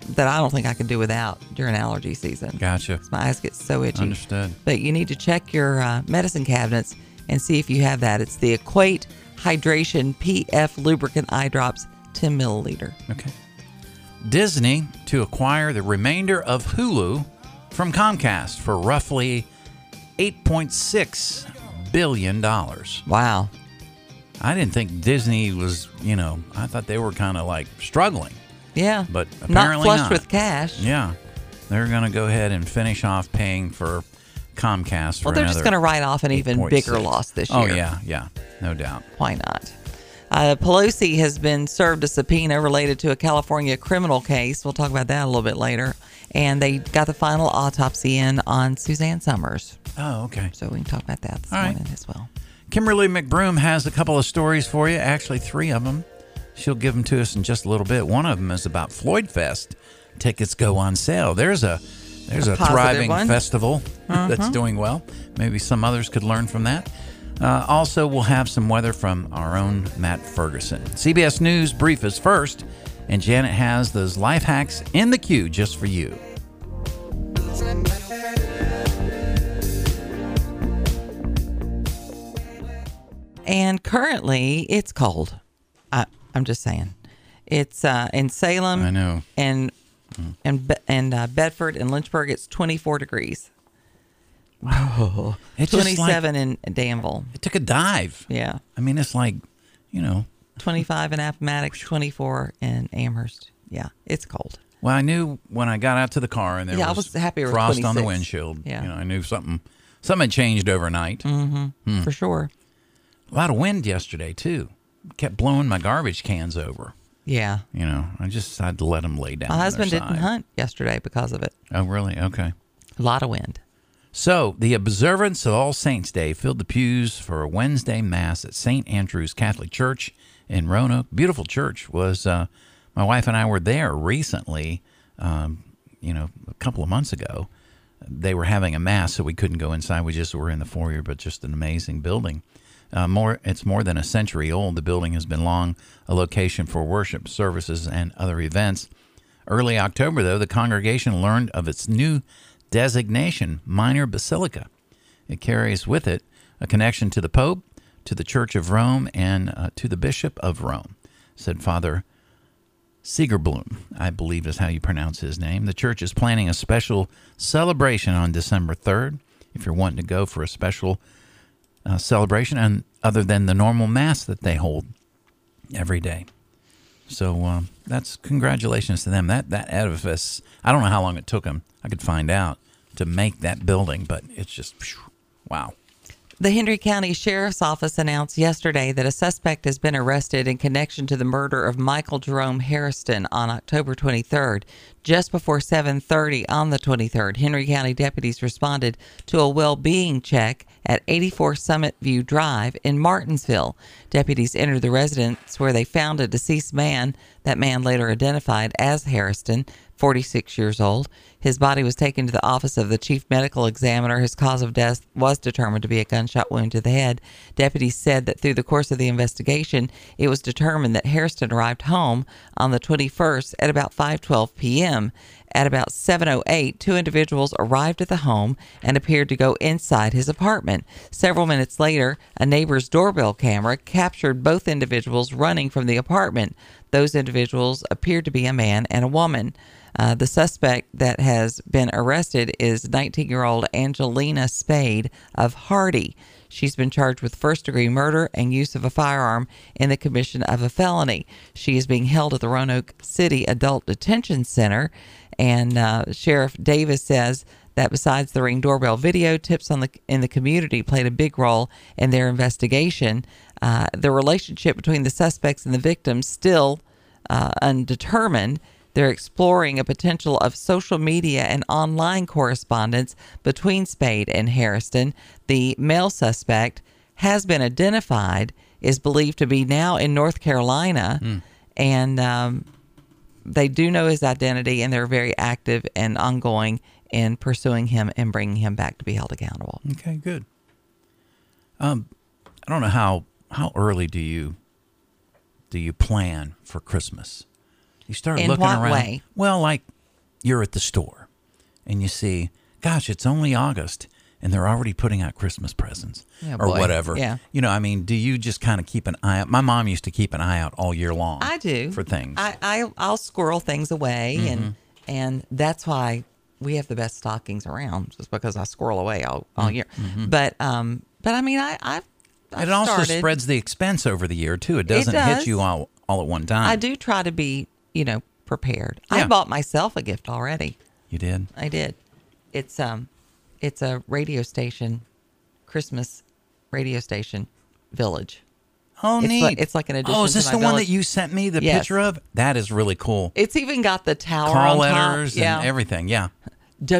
[SPEAKER 5] that I don't think I could do without during allergy season.
[SPEAKER 4] Gotcha.
[SPEAKER 5] My eyes get so itchy.
[SPEAKER 4] Understood.
[SPEAKER 5] But you need to check your uh, medicine cabinets and see if you have that. It's the Equate Hydration PF Lubricant Eye Drops, 10 milliliter.
[SPEAKER 4] Okay. Disney to acquire the remainder of Hulu from Comcast for roughly $8.6 billion.
[SPEAKER 5] Wow.
[SPEAKER 4] I didn't think Disney was, you know, I thought they were kind of like struggling.
[SPEAKER 5] Yeah.
[SPEAKER 4] But apparently
[SPEAKER 5] not flushed
[SPEAKER 4] not.
[SPEAKER 5] with cash.
[SPEAKER 4] Yeah. They're going to go ahead and finish off paying for Comcast for
[SPEAKER 5] Well, they're just
[SPEAKER 4] another
[SPEAKER 5] going to write off an even
[SPEAKER 4] 8.6.
[SPEAKER 5] bigger loss this year.
[SPEAKER 4] Oh, yeah. Yeah. No doubt.
[SPEAKER 5] Why not? Uh, Pelosi has been served a subpoena related to a California criminal case. We'll talk about that a little bit later. And they got the final autopsy in on Suzanne Summers.
[SPEAKER 4] Oh, okay.
[SPEAKER 5] So we can talk about that this
[SPEAKER 4] All right.
[SPEAKER 5] morning as well.
[SPEAKER 4] Kimberly McBroom has a couple of stories for you, actually, three of them. She'll give them to us in just a little bit. One of them is about Floyd Fest. Tickets go on sale. There's a there's
[SPEAKER 5] A
[SPEAKER 4] a,
[SPEAKER 5] positive
[SPEAKER 4] thriving
[SPEAKER 5] one.
[SPEAKER 4] festival that's
[SPEAKER 5] Mhm.
[SPEAKER 4] doing well. Maybe some others could learn from that. Uh, also, we'll have some weather from our own Matt Ferguson. CBS News brief is first, and Janet has those life hacks in the queue just for you.
[SPEAKER 5] And currently, it's cold. I, I'm just saying, it's uh, in Salem.
[SPEAKER 4] I know.
[SPEAKER 5] And and Be- and uh, Bedford and Lynchburg, it's 24 degrees. Wow.
[SPEAKER 4] It's just like-
[SPEAKER 5] 27 in Danville.
[SPEAKER 4] It took a dive.
[SPEAKER 5] Yeah.
[SPEAKER 4] I mean, it's like, you know,
[SPEAKER 5] 25 in Appomattox, 24 in Amherst. Yeah, it's cold.
[SPEAKER 4] Well, I knew when I got out to the car and there
[SPEAKER 5] Yeah, I
[SPEAKER 4] was,
[SPEAKER 5] was happier with
[SPEAKER 4] frost on the
[SPEAKER 5] 26.
[SPEAKER 4] windshield.
[SPEAKER 5] Yeah.
[SPEAKER 4] You know, I knew something something had changed overnight.
[SPEAKER 5] Mm-hmm.
[SPEAKER 4] Hmm.
[SPEAKER 5] For sure.
[SPEAKER 4] A lot of wind yesterday too. Kept blowing my garbage cans over.
[SPEAKER 5] Yeah.
[SPEAKER 4] You know, I just decided to let them lay down.
[SPEAKER 5] My
[SPEAKER 4] on their
[SPEAKER 5] husband didn't
[SPEAKER 4] side.
[SPEAKER 5] hunt yesterday because of it.
[SPEAKER 4] Oh, really? Okay.
[SPEAKER 5] A lot of wind.
[SPEAKER 4] So, the observance of All Saints Day filled the pews for a Wednesday Mass at St. Andrew's Catholic Church in Roanoke. Beautiful church was, uh, my wife and I were there recently, um, you know, a couple of months ago. They were having a Mass, so we couldn't go inside. We just were in the foyer, but just an amazing building. Uh, more, it's more than a century old. The building has been long a location for worship services and other events. Early October, though, the congregation learned of its new designation, Minor Basilica. It carries with it a connection to the Pope, to the Church of Rome, and uh, to the Bishop of Rome, said Father Siegerblum, I believe is how you pronounce his name. The church is planning a special celebration on December 3rd. If you're wanting to go for a special uh, celebration, and other than the normal mass that they hold every day, so um, that's congratulations to them. That that edifice, I don't know how long it took them. I could find out to make that building, but it's just phew, wow.
[SPEAKER 5] The Henry County Sheriff's Office announced yesterday that a suspect has been arrested in connection to the murder of Michael Jerome Harrison on October 23rd. Just before 7:30 on the 23rd, Henry County deputies responded to a well-being check at 84 Summit View Drive in Martinsville. Deputies entered the residence where they found a deceased man. That man later identified as Harrison, 46 years old. His body was taken to the office of the chief medical examiner. His cause of death was determined to be a gunshot wound to the head. Deputies said that through the course of the investigation, it was determined that Harrison arrived home on the 21st at about 5:12 p.m. At about 7:08, two individuals arrived at the home and appeared to go inside his apartment. Several minutes later, a neighbor's doorbell camera captured both individuals running from the apartment. Those individuals appeared to be a man and a woman. Uh, the suspect that has been arrested is 19 year old Angelina Spade of Hardy. She's been charged with first degree murder and use of a firearm in the commission of a felony. She is being held at the Roanoke City Adult Detention Center. And uh, Sheriff Davis says that besides the ring doorbell video, tips on the in the community played a big role in their investigation. Uh, the relationship between the suspects and the victims still uh, undetermined. They're exploring a potential of social media and online correspondence between Spade and Harrison. The male suspect has been identified, is believed to be now in North Carolina, and um, they do know his identity, and they're very active and ongoing in pursuing him and bringing him back to be held accountable.
[SPEAKER 4] Okay, good. Um, I don't know how how early do you do you plan for Christmas? You start
[SPEAKER 5] In
[SPEAKER 4] looking
[SPEAKER 5] what
[SPEAKER 4] around.
[SPEAKER 5] way?
[SPEAKER 4] Well, like you're at the store and you see, gosh, it's only August and they're already putting out Christmas presents
[SPEAKER 5] Yeah,
[SPEAKER 4] or
[SPEAKER 5] Oh, boy.
[SPEAKER 4] whatever.
[SPEAKER 5] Yeah.
[SPEAKER 4] You know, I mean, do you just kind of keep an eye out? My mom used to keep an eye out all year long.
[SPEAKER 5] I do
[SPEAKER 4] for things. Mm-hmm.
[SPEAKER 5] I, I I'll squirrel things away, and and that's why we have the best stockings around, just because I squirrel away all, all year.
[SPEAKER 4] Mhm.
[SPEAKER 5] But um, but I mean, I I
[SPEAKER 4] it also spreads the expense over the year too. It doesn't
[SPEAKER 5] does.
[SPEAKER 4] hit you all all at one time.
[SPEAKER 5] I do try to be you know prepared. I
[SPEAKER 4] Yeah.
[SPEAKER 5] bought myself a gift already.
[SPEAKER 4] You did.
[SPEAKER 5] I did. It's um, it's a radio station, Christmas radio station, Village.
[SPEAKER 4] Oh,
[SPEAKER 5] it's
[SPEAKER 4] neat.
[SPEAKER 5] Like, it's like an addition.
[SPEAKER 4] Oh, is
[SPEAKER 5] to
[SPEAKER 4] this
[SPEAKER 5] my
[SPEAKER 4] the one
[SPEAKER 5] Village.
[SPEAKER 4] that you sent me the
[SPEAKER 5] Yes.
[SPEAKER 4] picture of? That is really cool.
[SPEAKER 5] It's even got the tower
[SPEAKER 4] Call
[SPEAKER 5] on
[SPEAKER 4] letters
[SPEAKER 5] top. Yeah.
[SPEAKER 4] and everything. Yeah.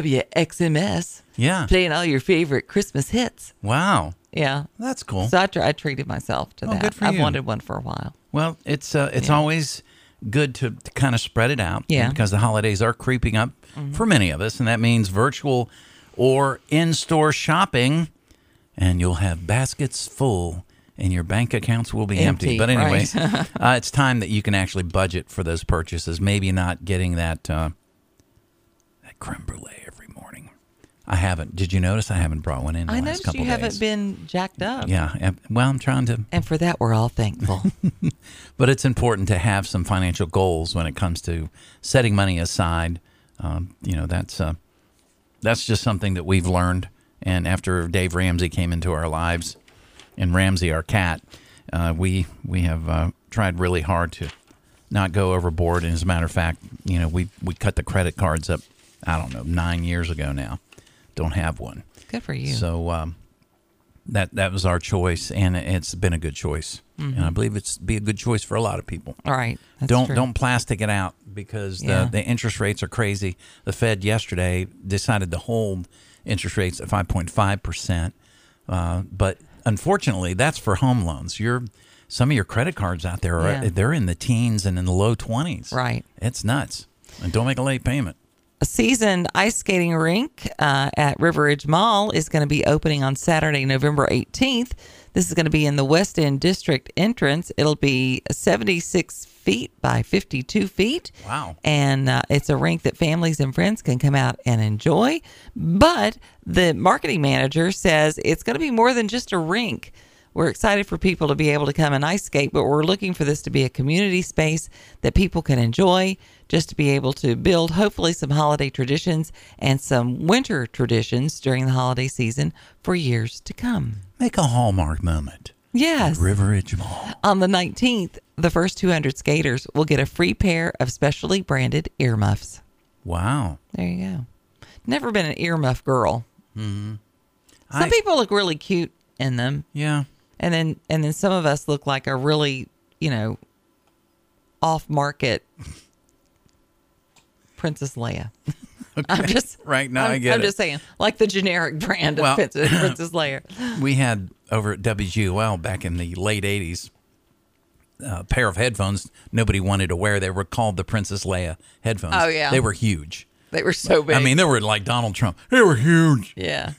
[SPEAKER 5] WXMS.
[SPEAKER 4] Yeah.
[SPEAKER 5] Playing all your favorite Christmas hits.
[SPEAKER 4] Wow.
[SPEAKER 5] Yeah.
[SPEAKER 4] That's cool.
[SPEAKER 5] So I, tr- I treated myself to
[SPEAKER 4] Oh,
[SPEAKER 5] that.
[SPEAKER 4] good for
[SPEAKER 5] I've
[SPEAKER 4] you.
[SPEAKER 5] wanted one for a while.
[SPEAKER 4] Well, it's uh, it's
[SPEAKER 5] Yeah.
[SPEAKER 4] always good to, to kind of spread it out
[SPEAKER 5] Yeah. Mm-hmm.
[SPEAKER 4] because the holidays are creeping up for many of us, and that means virtual or in-store shopping, and you'll have baskets full. And your bank accounts will be empty.
[SPEAKER 5] Empty,
[SPEAKER 4] But anyway,
[SPEAKER 5] right.
[SPEAKER 4] uh, it's time that you can actually budget for those purchases. Maybe not getting that uh, that creme brulee every morning. I haven't. Did you notice I haven't brought one in? The
[SPEAKER 5] I
[SPEAKER 4] last
[SPEAKER 5] noticed
[SPEAKER 4] couple
[SPEAKER 5] you haven't
[SPEAKER 4] days.
[SPEAKER 5] been jacked up.
[SPEAKER 4] Yeah. and- Well, I'm trying to
[SPEAKER 5] And for that, we're all thankful.
[SPEAKER 4] but it's important to have some financial goals when it comes to setting money aside. Um, you know, that's uh, that's just something that we've learned. And after Dave Ramsey came into our lives, and Ramsey, our cat, uh, we we have uh, tried really hard to not go overboard. And as a matter of fact, you know, we we cut the credit cards up. I don't know, nine years ago now. Don't have one.
[SPEAKER 5] Good for you.
[SPEAKER 4] So um, that that was our choice, and it's been a good choice,
[SPEAKER 5] Mhm.
[SPEAKER 4] and I believe it's be a good choice for a lot of people.
[SPEAKER 5] All right, that's
[SPEAKER 4] don't
[SPEAKER 5] true.
[SPEAKER 4] don't plastic it out because
[SPEAKER 5] Yeah.
[SPEAKER 4] the the interest rates are crazy. The Fed yesterday decided to hold interest rates at five point five percent, uh, but unfortunately, that's for home loans. Your some of your credit cards out there are
[SPEAKER 5] Yeah.
[SPEAKER 4] they're in the teens and in the low twenties.
[SPEAKER 5] Right.
[SPEAKER 4] it's nuts. And don't make a late payment.
[SPEAKER 5] a seasoned ice skating rink uh, at River Ridge Mall is going to be opening on Saturday, November 18th. This is going to be in the West End District entrance. It'll be 76 feet by 52 feet.
[SPEAKER 4] Wow.
[SPEAKER 5] And uh, it's a rink that families and friends can come out and enjoy. But the marketing manager says it's going to be more than just a rink. We're excited for people to be able to come and ice skate, but we're looking for this to be a community space that people can enjoy, just to be able to build hopefully some holiday traditions and some winter traditions during the holiday season for years to come.
[SPEAKER 4] Make a hallmark moment.
[SPEAKER 5] Yes.
[SPEAKER 4] River Ridge Mall.
[SPEAKER 5] On the 19th, the first 200 skaters will get a free pair of specially branded earmuffs.
[SPEAKER 4] Wow.
[SPEAKER 5] There you go. Never been an earmuff girl. Mm-hmm. Some
[SPEAKER 4] I-
[SPEAKER 5] people look really cute in them.
[SPEAKER 4] Yeah.
[SPEAKER 5] And then and then some of us look like a really, you know, off market Princess Leia. I'm just
[SPEAKER 4] Right, no,
[SPEAKER 5] I'm,
[SPEAKER 4] I get
[SPEAKER 5] I'm
[SPEAKER 4] it.
[SPEAKER 5] just saying, like the generic brand of
[SPEAKER 4] Well-
[SPEAKER 5] Princess, Princess Leia.
[SPEAKER 4] we had over at WGUL back in the late 80s a pair of headphones nobody wanted to wear. They were called the Princess Leia headphones.
[SPEAKER 5] Oh, yeah.
[SPEAKER 4] They were huge.
[SPEAKER 5] They were so big.
[SPEAKER 4] I mean, they were like Donald Trump. They were huge.
[SPEAKER 5] Yeah.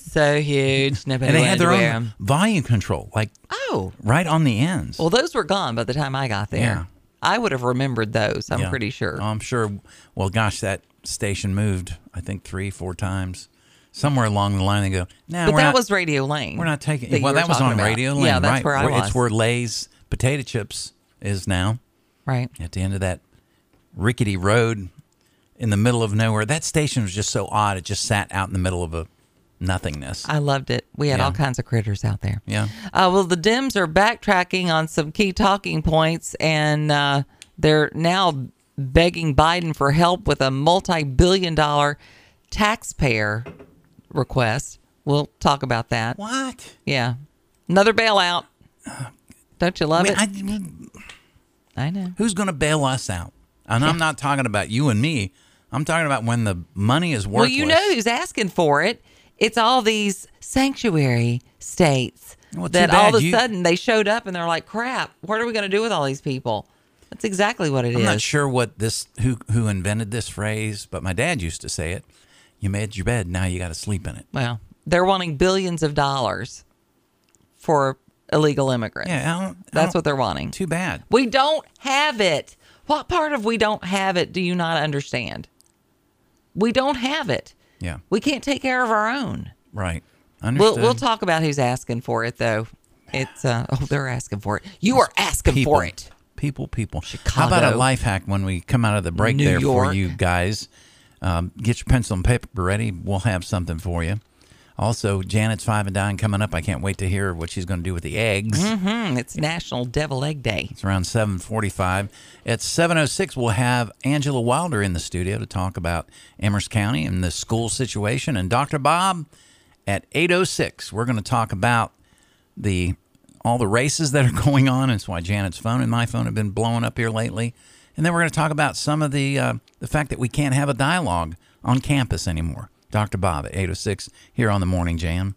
[SPEAKER 5] so huge. Nobody
[SPEAKER 4] and they
[SPEAKER 5] wanted
[SPEAKER 4] had their
[SPEAKER 5] to
[SPEAKER 4] own
[SPEAKER 5] wear 'em.
[SPEAKER 4] volume control, like
[SPEAKER 5] Oh.
[SPEAKER 4] right on the ends.
[SPEAKER 5] Well, those were gone by the time I got there.
[SPEAKER 4] Yeah.
[SPEAKER 5] I would have remembered those, I'm
[SPEAKER 4] Yeah.
[SPEAKER 5] pretty sure.
[SPEAKER 4] I'm sure. Well, gosh, that station moved, I think, three, four times. Somewhere along the line, they go, nah,
[SPEAKER 5] but
[SPEAKER 4] we're
[SPEAKER 5] that
[SPEAKER 4] not-
[SPEAKER 5] was Radio Lane.
[SPEAKER 4] We're not taking.
[SPEAKER 5] that you
[SPEAKER 4] well,
[SPEAKER 5] were
[SPEAKER 4] that was
[SPEAKER 5] talking
[SPEAKER 4] on
[SPEAKER 5] about.
[SPEAKER 4] Radio Land,
[SPEAKER 5] Yeah, that's
[SPEAKER 4] right?
[SPEAKER 5] where I was.
[SPEAKER 4] It's where Lay's potato chips is now.
[SPEAKER 5] Right.
[SPEAKER 4] At the end of that rickety road in the middle of nowhere. That station was just so odd. It just sat out in the middle of a nothingness.
[SPEAKER 5] I loved it. We had
[SPEAKER 4] Yeah.
[SPEAKER 5] all kinds of critters out there.
[SPEAKER 4] Yeah.
[SPEAKER 5] Uh, well, the Dems are backtracking on some key talking points, and uh, they're now begging Biden for help with a multi billion dollar taxpayer request. We'll talk about that.
[SPEAKER 4] What?
[SPEAKER 5] Yeah. Another bailout. Don't you love
[SPEAKER 4] I
[SPEAKER 5] it? I know.
[SPEAKER 4] Who's going to bail us out? And I'm
[SPEAKER 5] Yeah.
[SPEAKER 4] not talking about you and me. I'm talking about when the money is worthless.
[SPEAKER 5] Well, you know who's asking for it. It's all these sanctuary states
[SPEAKER 4] Well, too
[SPEAKER 5] that all
[SPEAKER 4] bad
[SPEAKER 5] of a
[SPEAKER 4] you-
[SPEAKER 5] sudden they showed up and they're like, crap, what are we going to do with all these people? That's exactly what it
[SPEAKER 4] I'm
[SPEAKER 5] is.
[SPEAKER 4] not sure what this who who invented this phrase, but my dad used to say it. You made your bed, now you got to sleep in it.
[SPEAKER 5] Well, they're wanting billions of dollars for illegal immigrants.
[SPEAKER 4] Yeah, I don't- I
[SPEAKER 5] that's
[SPEAKER 4] don't-
[SPEAKER 5] what they're wanting.
[SPEAKER 4] Too bad.
[SPEAKER 5] We don't have it. What part of we don't have it do you not understand? We don't have it.
[SPEAKER 4] Yeah.
[SPEAKER 5] We can't take care of our own.
[SPEAKER 4] Right.
[SPEAKER 5] We'll,
[SPEAKER 4] Understood.
[SPEAKER 5] we'll talk about who's asking for it, though. It's uh, oh, they're asking for it. You are asking
[SPEAKER 4] People.
[SPEAKER 5] for it.
[SPEAKER 4] People, people. How about a
[SPEAKER 5] Chicago.
[SPEAKER 4] life hack when we come out of the break
[SPEAKER 5] New
[SPEAKER 4] there for
[SPEAKER 5] York.
[SPEAKER 4] you guys? Um, get your pencil and paper ready. We'll have something for you. Also, Janet's five and dine coming up. I can't wait to hear what she's going to do with the eggs.
[SPEAKER 5] hmm It's National Devil Egg Day.
[SPEAKER 4] It's around 7:45. At 7:06, we'll have Angela Wilder in the studio to talk about Amherst County and the school situation. And Dr. Bob, at 8:06, we're going to talk about the all the races that are going on. It's why Janet's phone and my phone have been blowing up here lately. And then we're going to talk about some of the uh, the fact that we can't have a dialogue on campus anymore. Dr. Bob at 8:06 here on the Morning Jam.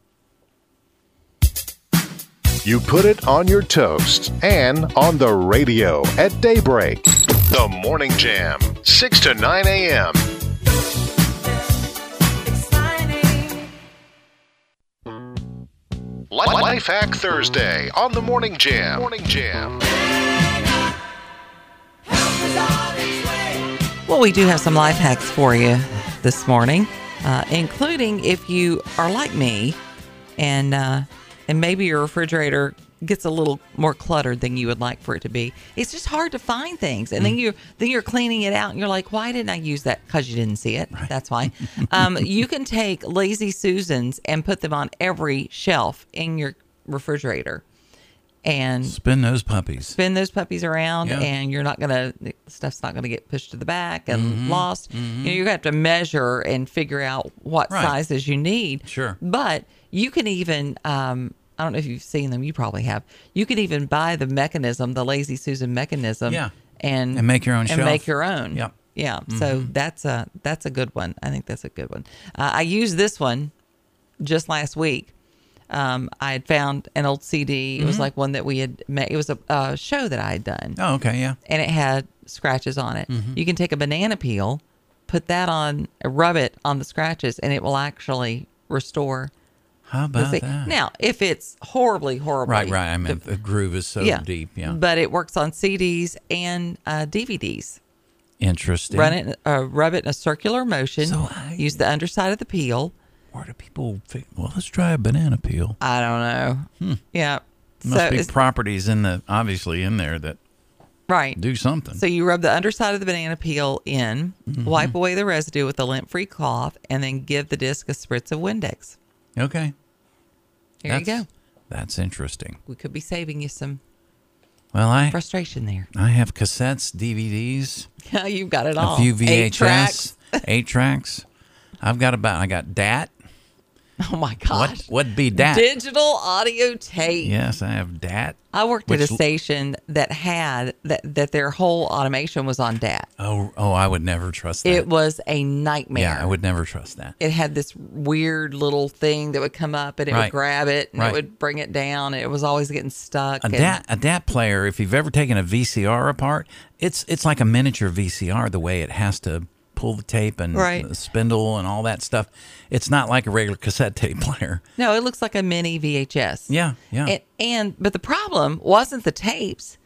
[SPEAKER 13] You put it on your toast and on the radio at daybreak. The Morning Jam, 6 to 9 a.m. Li- Life Hack Thursday on the Morning Jam. Morning Jam.
[SPEAKER 5] Well, we do have some life hacks for you this morning, uh, including if you are like me, and uh, and maybe your refrigerator gets a little more cluttered than you would like for it to be. It's just hard to find things, and then you then you're cleaning it out, and you're like, why didn't I use that? Because you didn't see it. That's why. um, you can take lazy susans and put them on every shelf in your refrigerator, and
[SPEAKER 4] Spin those puppies.
[SPEAKER 5] spin those puppies around
[SPEAKER 4] Yeah.
[SPEAKER 5] and you're not gonna the stuff's not gonna get pushed to the back and
[SPEAKER 4] Mhm,
[SPEAKER 5] lost you know, you're gonna have to measure and figure out what
[SPEAKER 4] Right.
[SPEAKER 5] sizes you need
[SPEAKER 4] Sure.
[SPEAKER 5] but you can even um I don't know if you've seen them. You probably have. You can even buy the mechanism, the Lazy Susan mechanism,
[SPEAKER 4] Yeah.
[SPEAKER 5] and
[SPEAKER 4] And make your own
[SPEAKER 5] and
[SPEAKER 4] shelf. Mm-hmm.
[SPEAKER 5] make your own.
[SPEAKER 4] Yep.
[SPEAKER 5] yeah. So that's a that's a good one. I think that's a good one. Uh, I used this one just last week. Um, I had found an old CD. It was
[SPEAKER 4] Mhm.
[SPEAKER 5] like one that we had made. It was a, a show that I had done.
[SPEAKER 4] Oh, okay, yeah.
[SPEAKER 5] And it had scratches on it.
[SPEAKER 4] Mhm.
[SPEAKER 5] You can take a banana peel, put that on, rub it on the scratches, and it will actually restore.
[SPEAKER 4] How
[SPEAKER 5] the
[SPEAKER 4] about
[SPEAKER 5] thing.
[SPEAKER 4] that?
[SPEAKER 5] Now, if it's horribly, horribly
[SPEAKER 4] Right, right. I mean, the groove is so
[SPEAKER 5] yeah,
[SPEAKER 4] deep. Yeah.
[SPEAKER 5] But it works on CDs and uh, DVDs.
[SPEAKER 4] Interesting.
[SPEAKER 5] Run it, uh, rub it in a circular motion.
[SPEAKER 4] So I-
[SPEAKER 5] use the underside of the peel.
[SPEAKER 4] Where do people think? Well, let's try a banana peel.
[SPEAKER 5] I don't know. Yeah.
[SPEAKER 4] Hmm. Must
[SPEAKER 5] so
[SPEAKER 4] be
[SPEAKER 5] it's-
[SPEAKER 4] properties in the obviously in there that
[SPEAKER 5] right.
[SPEAKER 4] do something.
[SPEAKER 5] So you rub the underside of the banana peel in,
[SPEAKER 4] Mm-hmm.
[SPEAKER 5] wipe away the residue with a lint-free cloth, and then give the disc a spritz of Windex.
[SPEAKER 4] okay.
[SPEAKER 5] There you
[SPEAKER 4] That's-
[SPEAKER 5] go.
[SPEAKER 4] That's interesting.
[SPEAKER 5] We could be saving you some.
[SPEAKER 4] Well, I
[SPEAKER 5] frustration there.
[SPEAKER 4] I have cassettes, DVDs,
[SPEAKER 5] You've got it all.
[SPEAKER 4] a few
[SPEAKER 5] Oh, Eight
[SPEAKER 4] VHS,
[SPEAKER 5] tracks.
[SPEAKER 4] eight tracks. I've got about I got dat.
[SPEAKER 5] Oh my gosh.
[SPEAKER 4] What would be dat?
[SPEAKER 5] Digital audio tape.
[SPEAKER 4] yes, I have dat.
[SPEAKER 5] I worked at
[SPEAKER 4] Which
[SPEAKER 5] a
[SPEAKER 4] l-
[SPEAKER 5] station that had that that their whole automation was on DAT.
[SPEAKER 4] Oh, oh, I would never trust that.
[SPEAKER 5] It was a nightmare.
[SPEAKER 4] yeah, I would never trust that.
[SPEAKER 5] It had this weird little thing that would come up and it
[SPEAKER 4] Right.
[SPEAKER 5] would grab it and
[SPEAKER 4] Right. Uh,
[SPEAKER 5] it would bring it down. And it was always getting stuck.
[SPEAKER 4] A
[SPEAKER 5] and-
[SPEAKER 4] DAT, a DAT player, if you've ever taken a VCR apart, it's it's like a miniature VCR the way it has to pull the tape and
[SPEAKER 5] Right.
[SPEAKER 4] the spindle and all that stuff. It's not like a regular cassette tape player.
[SPEAKER 5] No, it looks like a mini VHS.
[SPEAKER 4] Yeah, yeah.
[SPEAKER 5] And, and but the problem wasn't the tapes.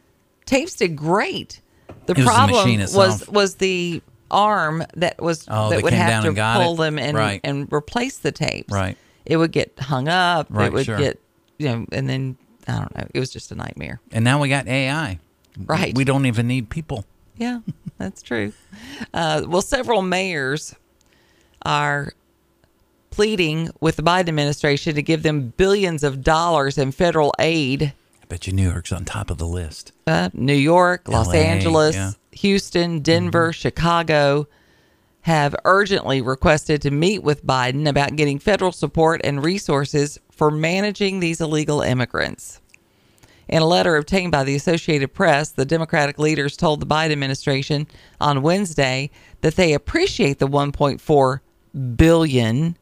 [SPEAKER 5] Tapes did great. The
[SPEAKER 4] It was the
[SPEAKER 5] problem
[SPEAKER 4] machine
[SPEAKER 5] was
[SPEAKER 4] itself.
[SPEAKER 5] was the arm that was
[SPEAKER 4] Oh,
[SPEAKER 5] that
[SPEAKER 4] that
[SPEAKER 5] would
[SPEAKER 4] came
[SPEAKER 5] have
[SPEAKER 4] down
[SPEAKER 5] to
[SPEAKER 4] and got
[SPEAKER 5] pull
[SPEAKER 4] it.
[SPEAKER 5] them and
[SPEAKER 4] Right.
[SPEAKER 5] and replace the tapes.
[SPEAKER 4] Right.
[SPEAKER 5] It would get hung up.
[SPEAKER 4] Right,
[SPEAKER 5] it would
[SPEAKER 4] sure.
[SPEAKER 5] get you know, and then I don't know. It was just a nightmare.
[SPEAKER 4] And now we got AI.
[SPEAKER 5] Right.
[SPEAKER 4] We don't even need people.
[SPEAKER 5] Yeah, that's true. Uh, well, several mayors are pleading with the Biden administration to give them billions of dollars in federal aid.
[SPEAKER 4] I bet you New York's on top of the list.
[SPEAKER 5] Uh, New York, Los
[SPEAKER 4] LA,
[SPEAKER 5] Angeles,
[SPEAKER 4] yeah.
[SPEAKER 5] Houston, Denver, Chicago have urgently requested to meet with Biden about getting federal support and resources for managing these illegal immigrants. In a letter obtained by the Associated Press, the Democratic leaders told the Biden administration on Wednesday that they appreciate the 1.4 billion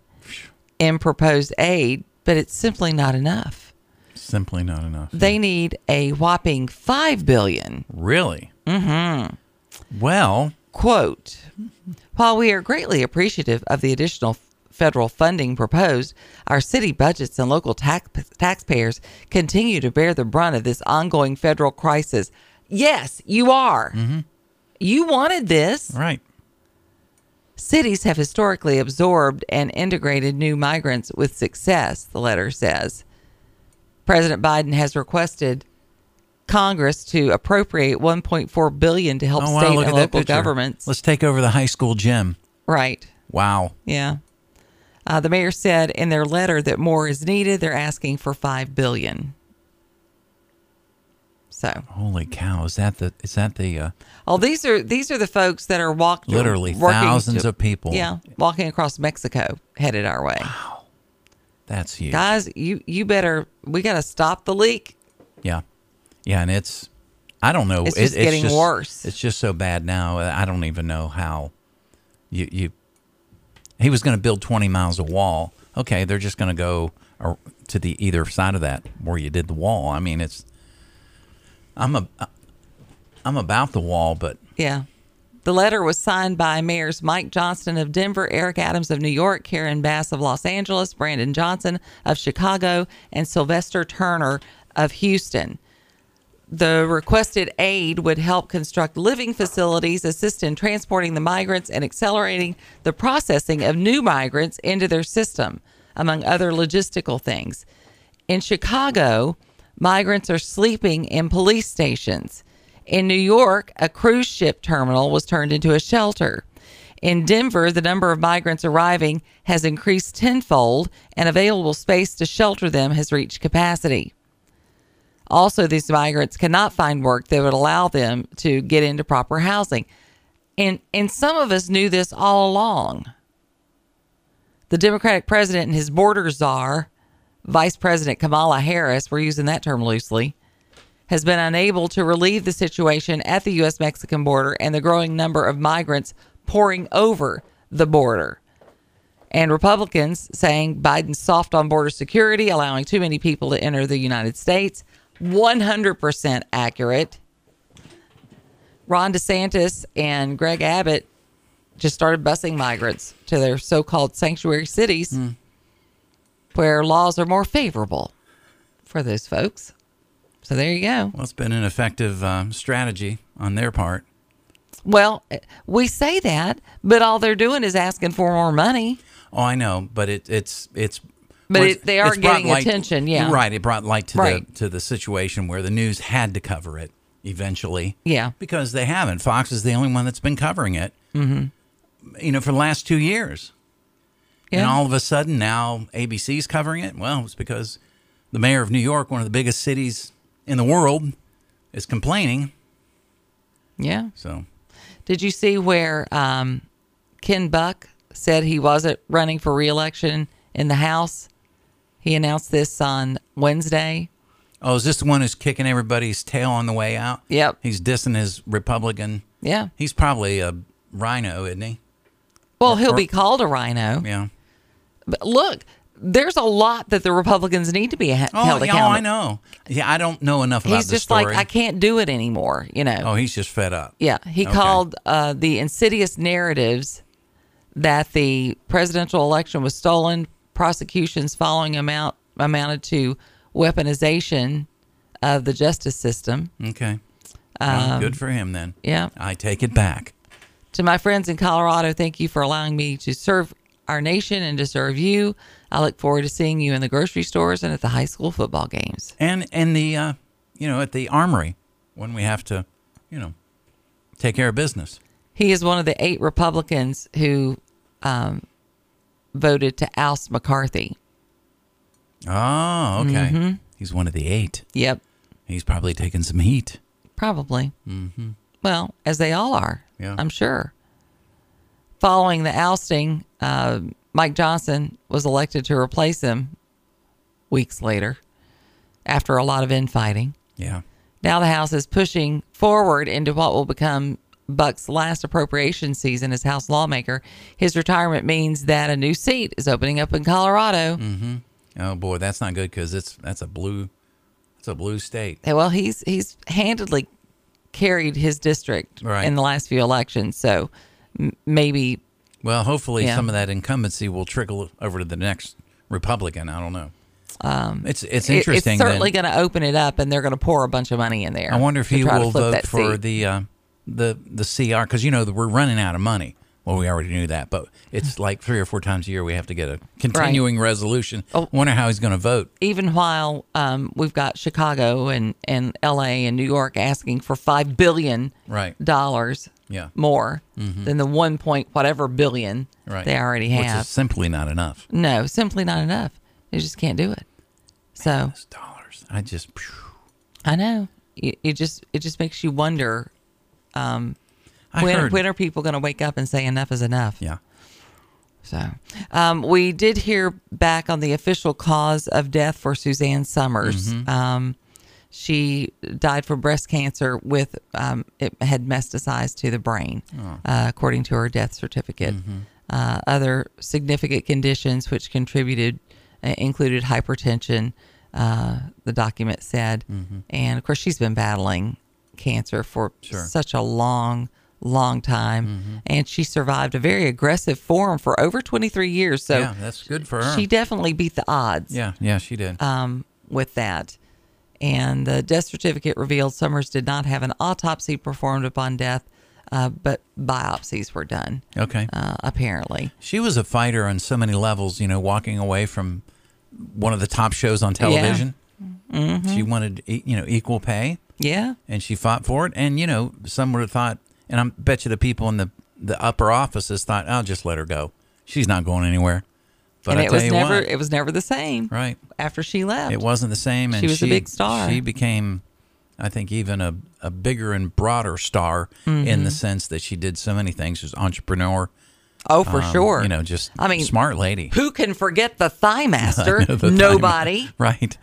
[SPEAKER 5] in proposed aid, but it's simply not enough.
[SPEAKER 4] Simply not enough.
[SPEAKER 5] They need a whopping 5 billion.
[SPEAKER 4] Really?
[SPEAKER 5] Mhm.
[SPEAKER 4] Well,
[SPEAKER 5] quote while we are greatly appreciative of the additional f- federal funding proposed our city budgets and local tax- taxpayers continue to bear the brunt of this ongoing federal crisis yes you are
[SPEAKER 4] Mm-hmm.
[SPEAKER 5] you wanted this
[SPEAKER 4] right
[SPEAKER 5] cities have historically absorbed and integrated new migrants with success the letter says president biden has requested congress to appropriate 1.4 billion to help
[SPEAKER 4] Oh, wow,
[SPEAKER 5] state
[SPEAKER 4] look
[SPEAKER 5] and
[SPEAKER 4] at that
[SPEAKER 5] local
[SPEAKER 4] picture.
[SPEAKER 5] governments
[SPEAKER 4] Let's take over the high school gym.
[SPEAKER 5] right
[SPEAKER 4] Wow.
[SPEAKER 5] Yeah. Uh, the mayor said in their letter that more is needed. They're asking for five billion. So,
[SPEAKER 4] Holy cow! Is that the? Is that the? Uh,
[SPEAKER 5] oh, these are these are the folks that are walking
[SPEAKER 4] Literally thousands of people.
[SPEAKER 5] Yeah, walking across Mexico headed our way. Wow,
[SPEAKER 4] that's huge.
[SPEAKER 5] guys. You you better. We got to stop the leak.
[SPEAKER 4] Yeah, yeah, and it's. I don't know.
[SPEAKER 5] It's just getting worse.
[SPEAKER 4] It's just so bad now. I don't even know how. You you. He was going to build twenty miles of wall. Okay, they're just going to go or to the either side of that where you did the wall. I mean, it's. I'm a. I'm about the wall, but
[SPEAKER 5] Yeah. The letter was signed by Mayors Mike Johnston of Denver, Eric Adams of New York, Karen Bass of Los Angeles, Brandon Johnson of Chicago, and Sylvester Turner of Houston. The requested aid would help construct living facilities, assist in transporting the migrants, and accelerating the processing of new migrants into their system, among other logistical things. In Chicago, migrants are sleeping in police stations. In New York, a cruise ship terminal was turned into a shelter. In Denver, the number of migrants arriving has increased tenfold, and available space to shelter them has reached capacity. Also, these migrants cannot find work that would allow them to get into proper housing. And, and some of us knew this all along. The Democratic president and his border czar, Vice President Kamala Harris, we're using that term loosely, has been unable to relieve the situation at the U.S. Mexican border and the growing number of migrants pouring over the border and Republicans saying Biden's soft on border security, allowing too many people to enter the United States. 100% accurate. Ron DeSantis and Greg Abbott just started busing migrants to their so called sanctuary cities
[SPEAKER 4] Hmm.
[SPEAKER 5] where laws are more favorable for those folks. So there you go.
[SPEAKER 4] well, it's been an effective um, strategy on their part.
[SPEAKER 5] Well, we say that, but all they're doing is asking for more money.
[SPEAKER 4] Oh, I know, but it, it's it's.
[SPEAKER 5] But
[SPEAKER 4] well,
[SPEAKER 5] it- they are
[SPEAKER 4] brought
[SPEAKER 5] getting attention, yeah.
[SPEAKER 4] right. It brought light to
[SPEAKER 5] Right.
[SPEAKER 4] the to the situation where the news had to cover it eventually.
[SPEAKER 5] Yeah.
[SPEAKER 4] because they haven't. Fox is the only one that's been covering it.
[SPEAKER 5] Mm-hmm.
[SPEAKER 4] You know, for the last two years, and
[SPEAKER 5] Yeah.
[SPEAKER 4] all of a sudden now ABC's covering it. Well, it's because the mayor of New York, one of the biggest cities in the world, is complaining.
[SPEAKER 5] Yeah.
[SPEAKER 4] So
[SPEAKER 5] Did you see where um, Ken Buck said he wasn't running for reelection in the House? He announced this on Wednesday.
[SPEAKER 4] Oh, is this the one who's kicking everybody's tail on the way out?
[SPEAKER 5] Yep.
[SPEAKER 4] He's dissing his Republican.
[SPEAKER 5] Yeah.
[SPEAKER 4] He's probably a rhino, isn't he?
[SPEAKER 5] Well,
[SPEAKER 4] Or-
[SPEAKER 5] he'll
[SPEAKER 4] or-
[SPEAKER 5] be called a rhino.
[SPEAKER 4] Yeah.
[SPEAKER 5] But look, there's a lot that the Republicans need to be ha-
[SPEAKER 4] Oh,
[SPEAKER 5] held
[SPEAKER 4] yeah,
[SPEAKER 5] accountable.
[SPEAKER 4] oh, I know. Yeah, I don't know enough about
[SPEAKER 5] He's
[SPEAKER 4] the
[SPEAKER 5] just
[SPEAKER 4] story.
[SPEAKER 5] like, I can't do it anymore, you know.
[SPEAKER 4] Oh, he's just fed up.
[SPEAKER 5] Yeah, he
[SPEAKER 4] Okay.
[SPEAKER 5] called uh, the insidious narratives that the presidential election was stolen, prosecutions following amount amounted to weaponization of the justice system.
[SPEAKER 4] Okay. Well,
[SPEAKER 5] Um,
[SPEAKER 4] good for him then.
[SPEAKER 5] yeah.
[SPEAKER 4] I take it back.
[SPEAKER 5] To my friends in Colorado, thank you for allowing me to serve our nation and to serve you. I look forward to seeing you in the grocery stores and at the high school football games.
[SPEAKER 4] And and the uh, you know at the armory when we have to you know take care of business.
[SPEAKER 5] He is one of the eight Republicans who um, voted to oust McCarthy.
[SPEAKER 4] Oh, okay.
[SPEAKER 5] Mhm.
[SPEAKER 4] He's one of the eight.
[SPEAKER 5] Yep.
[SPEAKER 4] He's probably taking some heat.
[SPEAKER 5] Probably.
[SPEAKER 4] Mhm.
[SPEAKER 5] Well, as they all are,
[SPEAKER 4] Yeah.
[SPEAKER 5] I'm sure. Following the ousting, uh, Mike Johnson was elected to replace him weeks later after a lot of infighting.
[SPEAKER 4] Yeah.
[SPEAKER 5] Now the House is pushing forward into what will become Buck's last appropriation season as House lawmaker. His retirement means that a new seat is opening up in Colorado.
[SPEAKER 4] Mm-hmm. Oh boy, that's not good because it's that's a blue, it's a blue state.
[SPEAKER 5] Yeah, Well, he's he's handedly carried his district
[SPEAKER 4] Right.
[SPEAKER 5] in the last few elections, so m- maybe
[SPEAKER 4] Well, hopefully
[SPEAKER 5] Yeah.
[SPEAKER 4] some of that incumbency will trickle over to the next Republican. I don't know.
[SPEAKER 5] um,
[SPEAKER 4] It's it's
[SPEAKER 5] it-
[SPEAKER 4] interesting.
[SPEAKER 5] it's
[SPEAKER 4] that-
[SPEAKER 5] certainly going to open it up, and they're going to pour a bunch of money in there.
[SPEAKER 4] I wonder if
[SPEAKER 5] to
[SPEAKER 4] he
[SPEAKER 5] try to
[SPEAKER 4] will
[SPEAKER 5] flip
[SPEAKER 4] vote
[SPEAKER 5] that
[SPEAKER 4] for
[SPEAKER 5] seat.
[SPEAKER 4] the uh, the the CR because you know that we're running out of money. Well, we already knew that, but it's like three or four times a year we have to get a continuing resolution.
[SPEAKER 5] Oh.
[SPEAKER 4] Wonder how he's going to vote.
[SPEAKER 5] Even while um, we've got Chicago and, and L.A. and New York asking for five billion
[SPEAKER 4] Right.
[SPEAKER 5] dollars
[SPEAKER 4] Yeah.
[SPEAKER 5] more
[SPEAKER 4] Mhm.
[SPEAKER 5] than the one point whatever billion
[SPEAKER 4] Right.
[SPEAKER 5] they already
[SPEAKER 4] Which is
[SPEAKER 5] have.
[SPEAKER 4] simply not enough.
[SPEAKER 5] no, simply not enough. They just can't do it. So
[SPEAKER 4] I just
[SPEAKER 5] I know. It, it just it just makes you wonder. Um,
[SPEAKER 4] I
[SPEAKER 5] when
[SPEAKER 4] heard-
[SPEAKER 5] when are people going to wake up and say enough is enough?
[SPEAKER 4] Yeah.
[SPEAKER 5] So um, we did hear back on the official cause of death for Suzanne Summers.
[SPEAKER 14] Mhm.
[SPEAKER 4] Mm-hmm.
[SPEAKER 5] Um, she died from breast cancer with um, it had metastasized to the brain,
[SPEAKER 14] Oh.
[SPEAKER 5] uh, according to her death certificate.
[SPEAKER 4] Mm-hmm.
[SPEAKER 5] Uh, other significant conditions which contributed uh, included hypertension. Uh, the document said,
[SPEAKER 4] Mm-hmm.
[SPEAKER 14] Mhm.
[SPEAKER 5] and of course she's been battling cancer for
[SPEAKER 14] Sure.
[SPEAKER 5] such a long, long time,
[SPEAKER 4] Mm-hmm.
[SPEAKER 5] and she survived a very aggressive form for over 23 years. So
[SPEAKER 4] Yeah, that's good for her.
[SPEAKER 5] She definitely beat the odds.
[SPEAKER 4] Yeah, yeah, she did.
[SPEAKER 5] Um, with that, and the death certificate revealed Summers did not have an autopsy performed upon death, uh, but biopsies were done.
[SPEAKER 4] Okay.
[SPEAKER 5] Uh, apparently.
[SPEAKER 4] She was a fighter on so many levels, you know, walking away from one of the top shows on television.
[SPEAKER 5] Mhm.
[SPEAKER 4] She wanted, e- you know, equal pay.
[SPEAKER 5] Yeah.
[SPEAKER 4] And she fought for it. And, you know, some would have thought, and I bet you the people in the, the upper offices thought, I'll just let her go. She's not going anywhere. But
[SPEAKER 5] and
[SPEAKER 4] I
[SPEAKER 5] it
[SPEAKER 4] tell
[SPEAKER 5] was
[SPEAKER 4] you
[SPEAKER 5] never
[SPEAKER 4] what,
[SPEAKER 5] it was never the same.
[SPEAKER 4] Right.
[SPEAKER 5] After she left.
[SPEAKER 4] it wasn't the same. And
[SPEAKER 5] she was a big star.
[SPEAKER 4] She became, I think, even a, a bigger and broader star in the
[SPEAKER 5] Mhm.
[SPEAKER 4] sense that she did so many things. She was an entrepreneur.
[SPEAKER 5] Oh, for
[SPEAKER 4] Um,
[SPEAKER 5] sure.
[SPEAKER 4] You know, just
[SPEAKER 5] I mean,
[SPEAKER 4] smart lady.
[SPEAKER 5] Who can forget the Thigh
[SPEAKER 4] I
[SPEAKER 5] Master?
[SPEAKER 4] know the
[SPEAKER 5] Nobody.
[SPEAKER 4] thigh- right.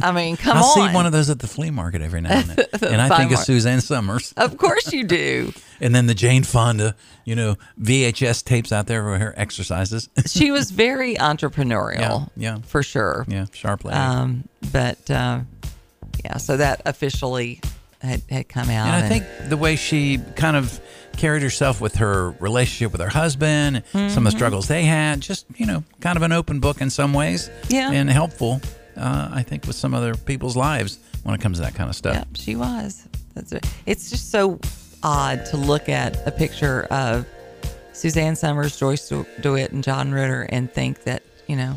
[SPEAKER 5] I mean, come
[SPEAKER 4] I
[SPEAKER 5] on.
[SPEAKER 4] see one of those at the flea market every now and then.
[SPEAKER 5] The Oh.
[SPEAKER 4] and I
[SPEAKER 5] thigh
[SPEAKER 4] think of
[SPEAKER 5] mark.
[SPEAKER 4] Suzanne Summers.
[SPEAKER 5] Of course you do.
[SPEAKER 4] And then the Jane Fonda, you know, VHS tapes out there with her exercises.
[SPEAKER 5] she was very entrepreneurial.
[SPEAKER 4] Yeah, yeah.
[SPEAKER 5] For sure.
[SPEAKER 4] Yeah, sharp lady.
[SPEAKER 5] Um, but uh, yeah, so that officially had, had come out.
[SPEAKER 4] and I think the way she kind of carried herself with her relationship with her husband, some of
[SPEAKER 5] Mhm.
[SPEAKER 4] the struggles they had, just, you know, kind of an open book in some ways.
[SPEAKER 5] Yeah.
[SPEAKER 4] And helpful, uh, I think, with some other people's lives when it comes to that kind of stuff.
[SPEAKER 5] Yep, she was. That's right. It's just so odd to look at a picture of Suzanne Summers, Joyce Du- DeWitt, and John Ritter and think that, you know,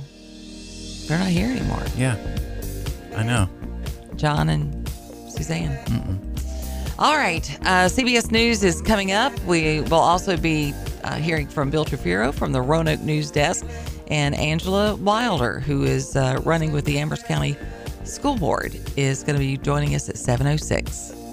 [SPEAKER 5] they're not here anymore.
[SPEAKER 4] Yeah. I know.
[SPEAKER 5] John and Suzanne.
[SPEAKER 4] Mm-mm.
[SPEAKER 5] All right. Uh, CBS News is coming up. We will also be uh, hearing from Bill Trefiro from the Roanoke News Desk and Angela Wilder, who is uh, running with the Amherst County School Board, is going to be joining us at 706.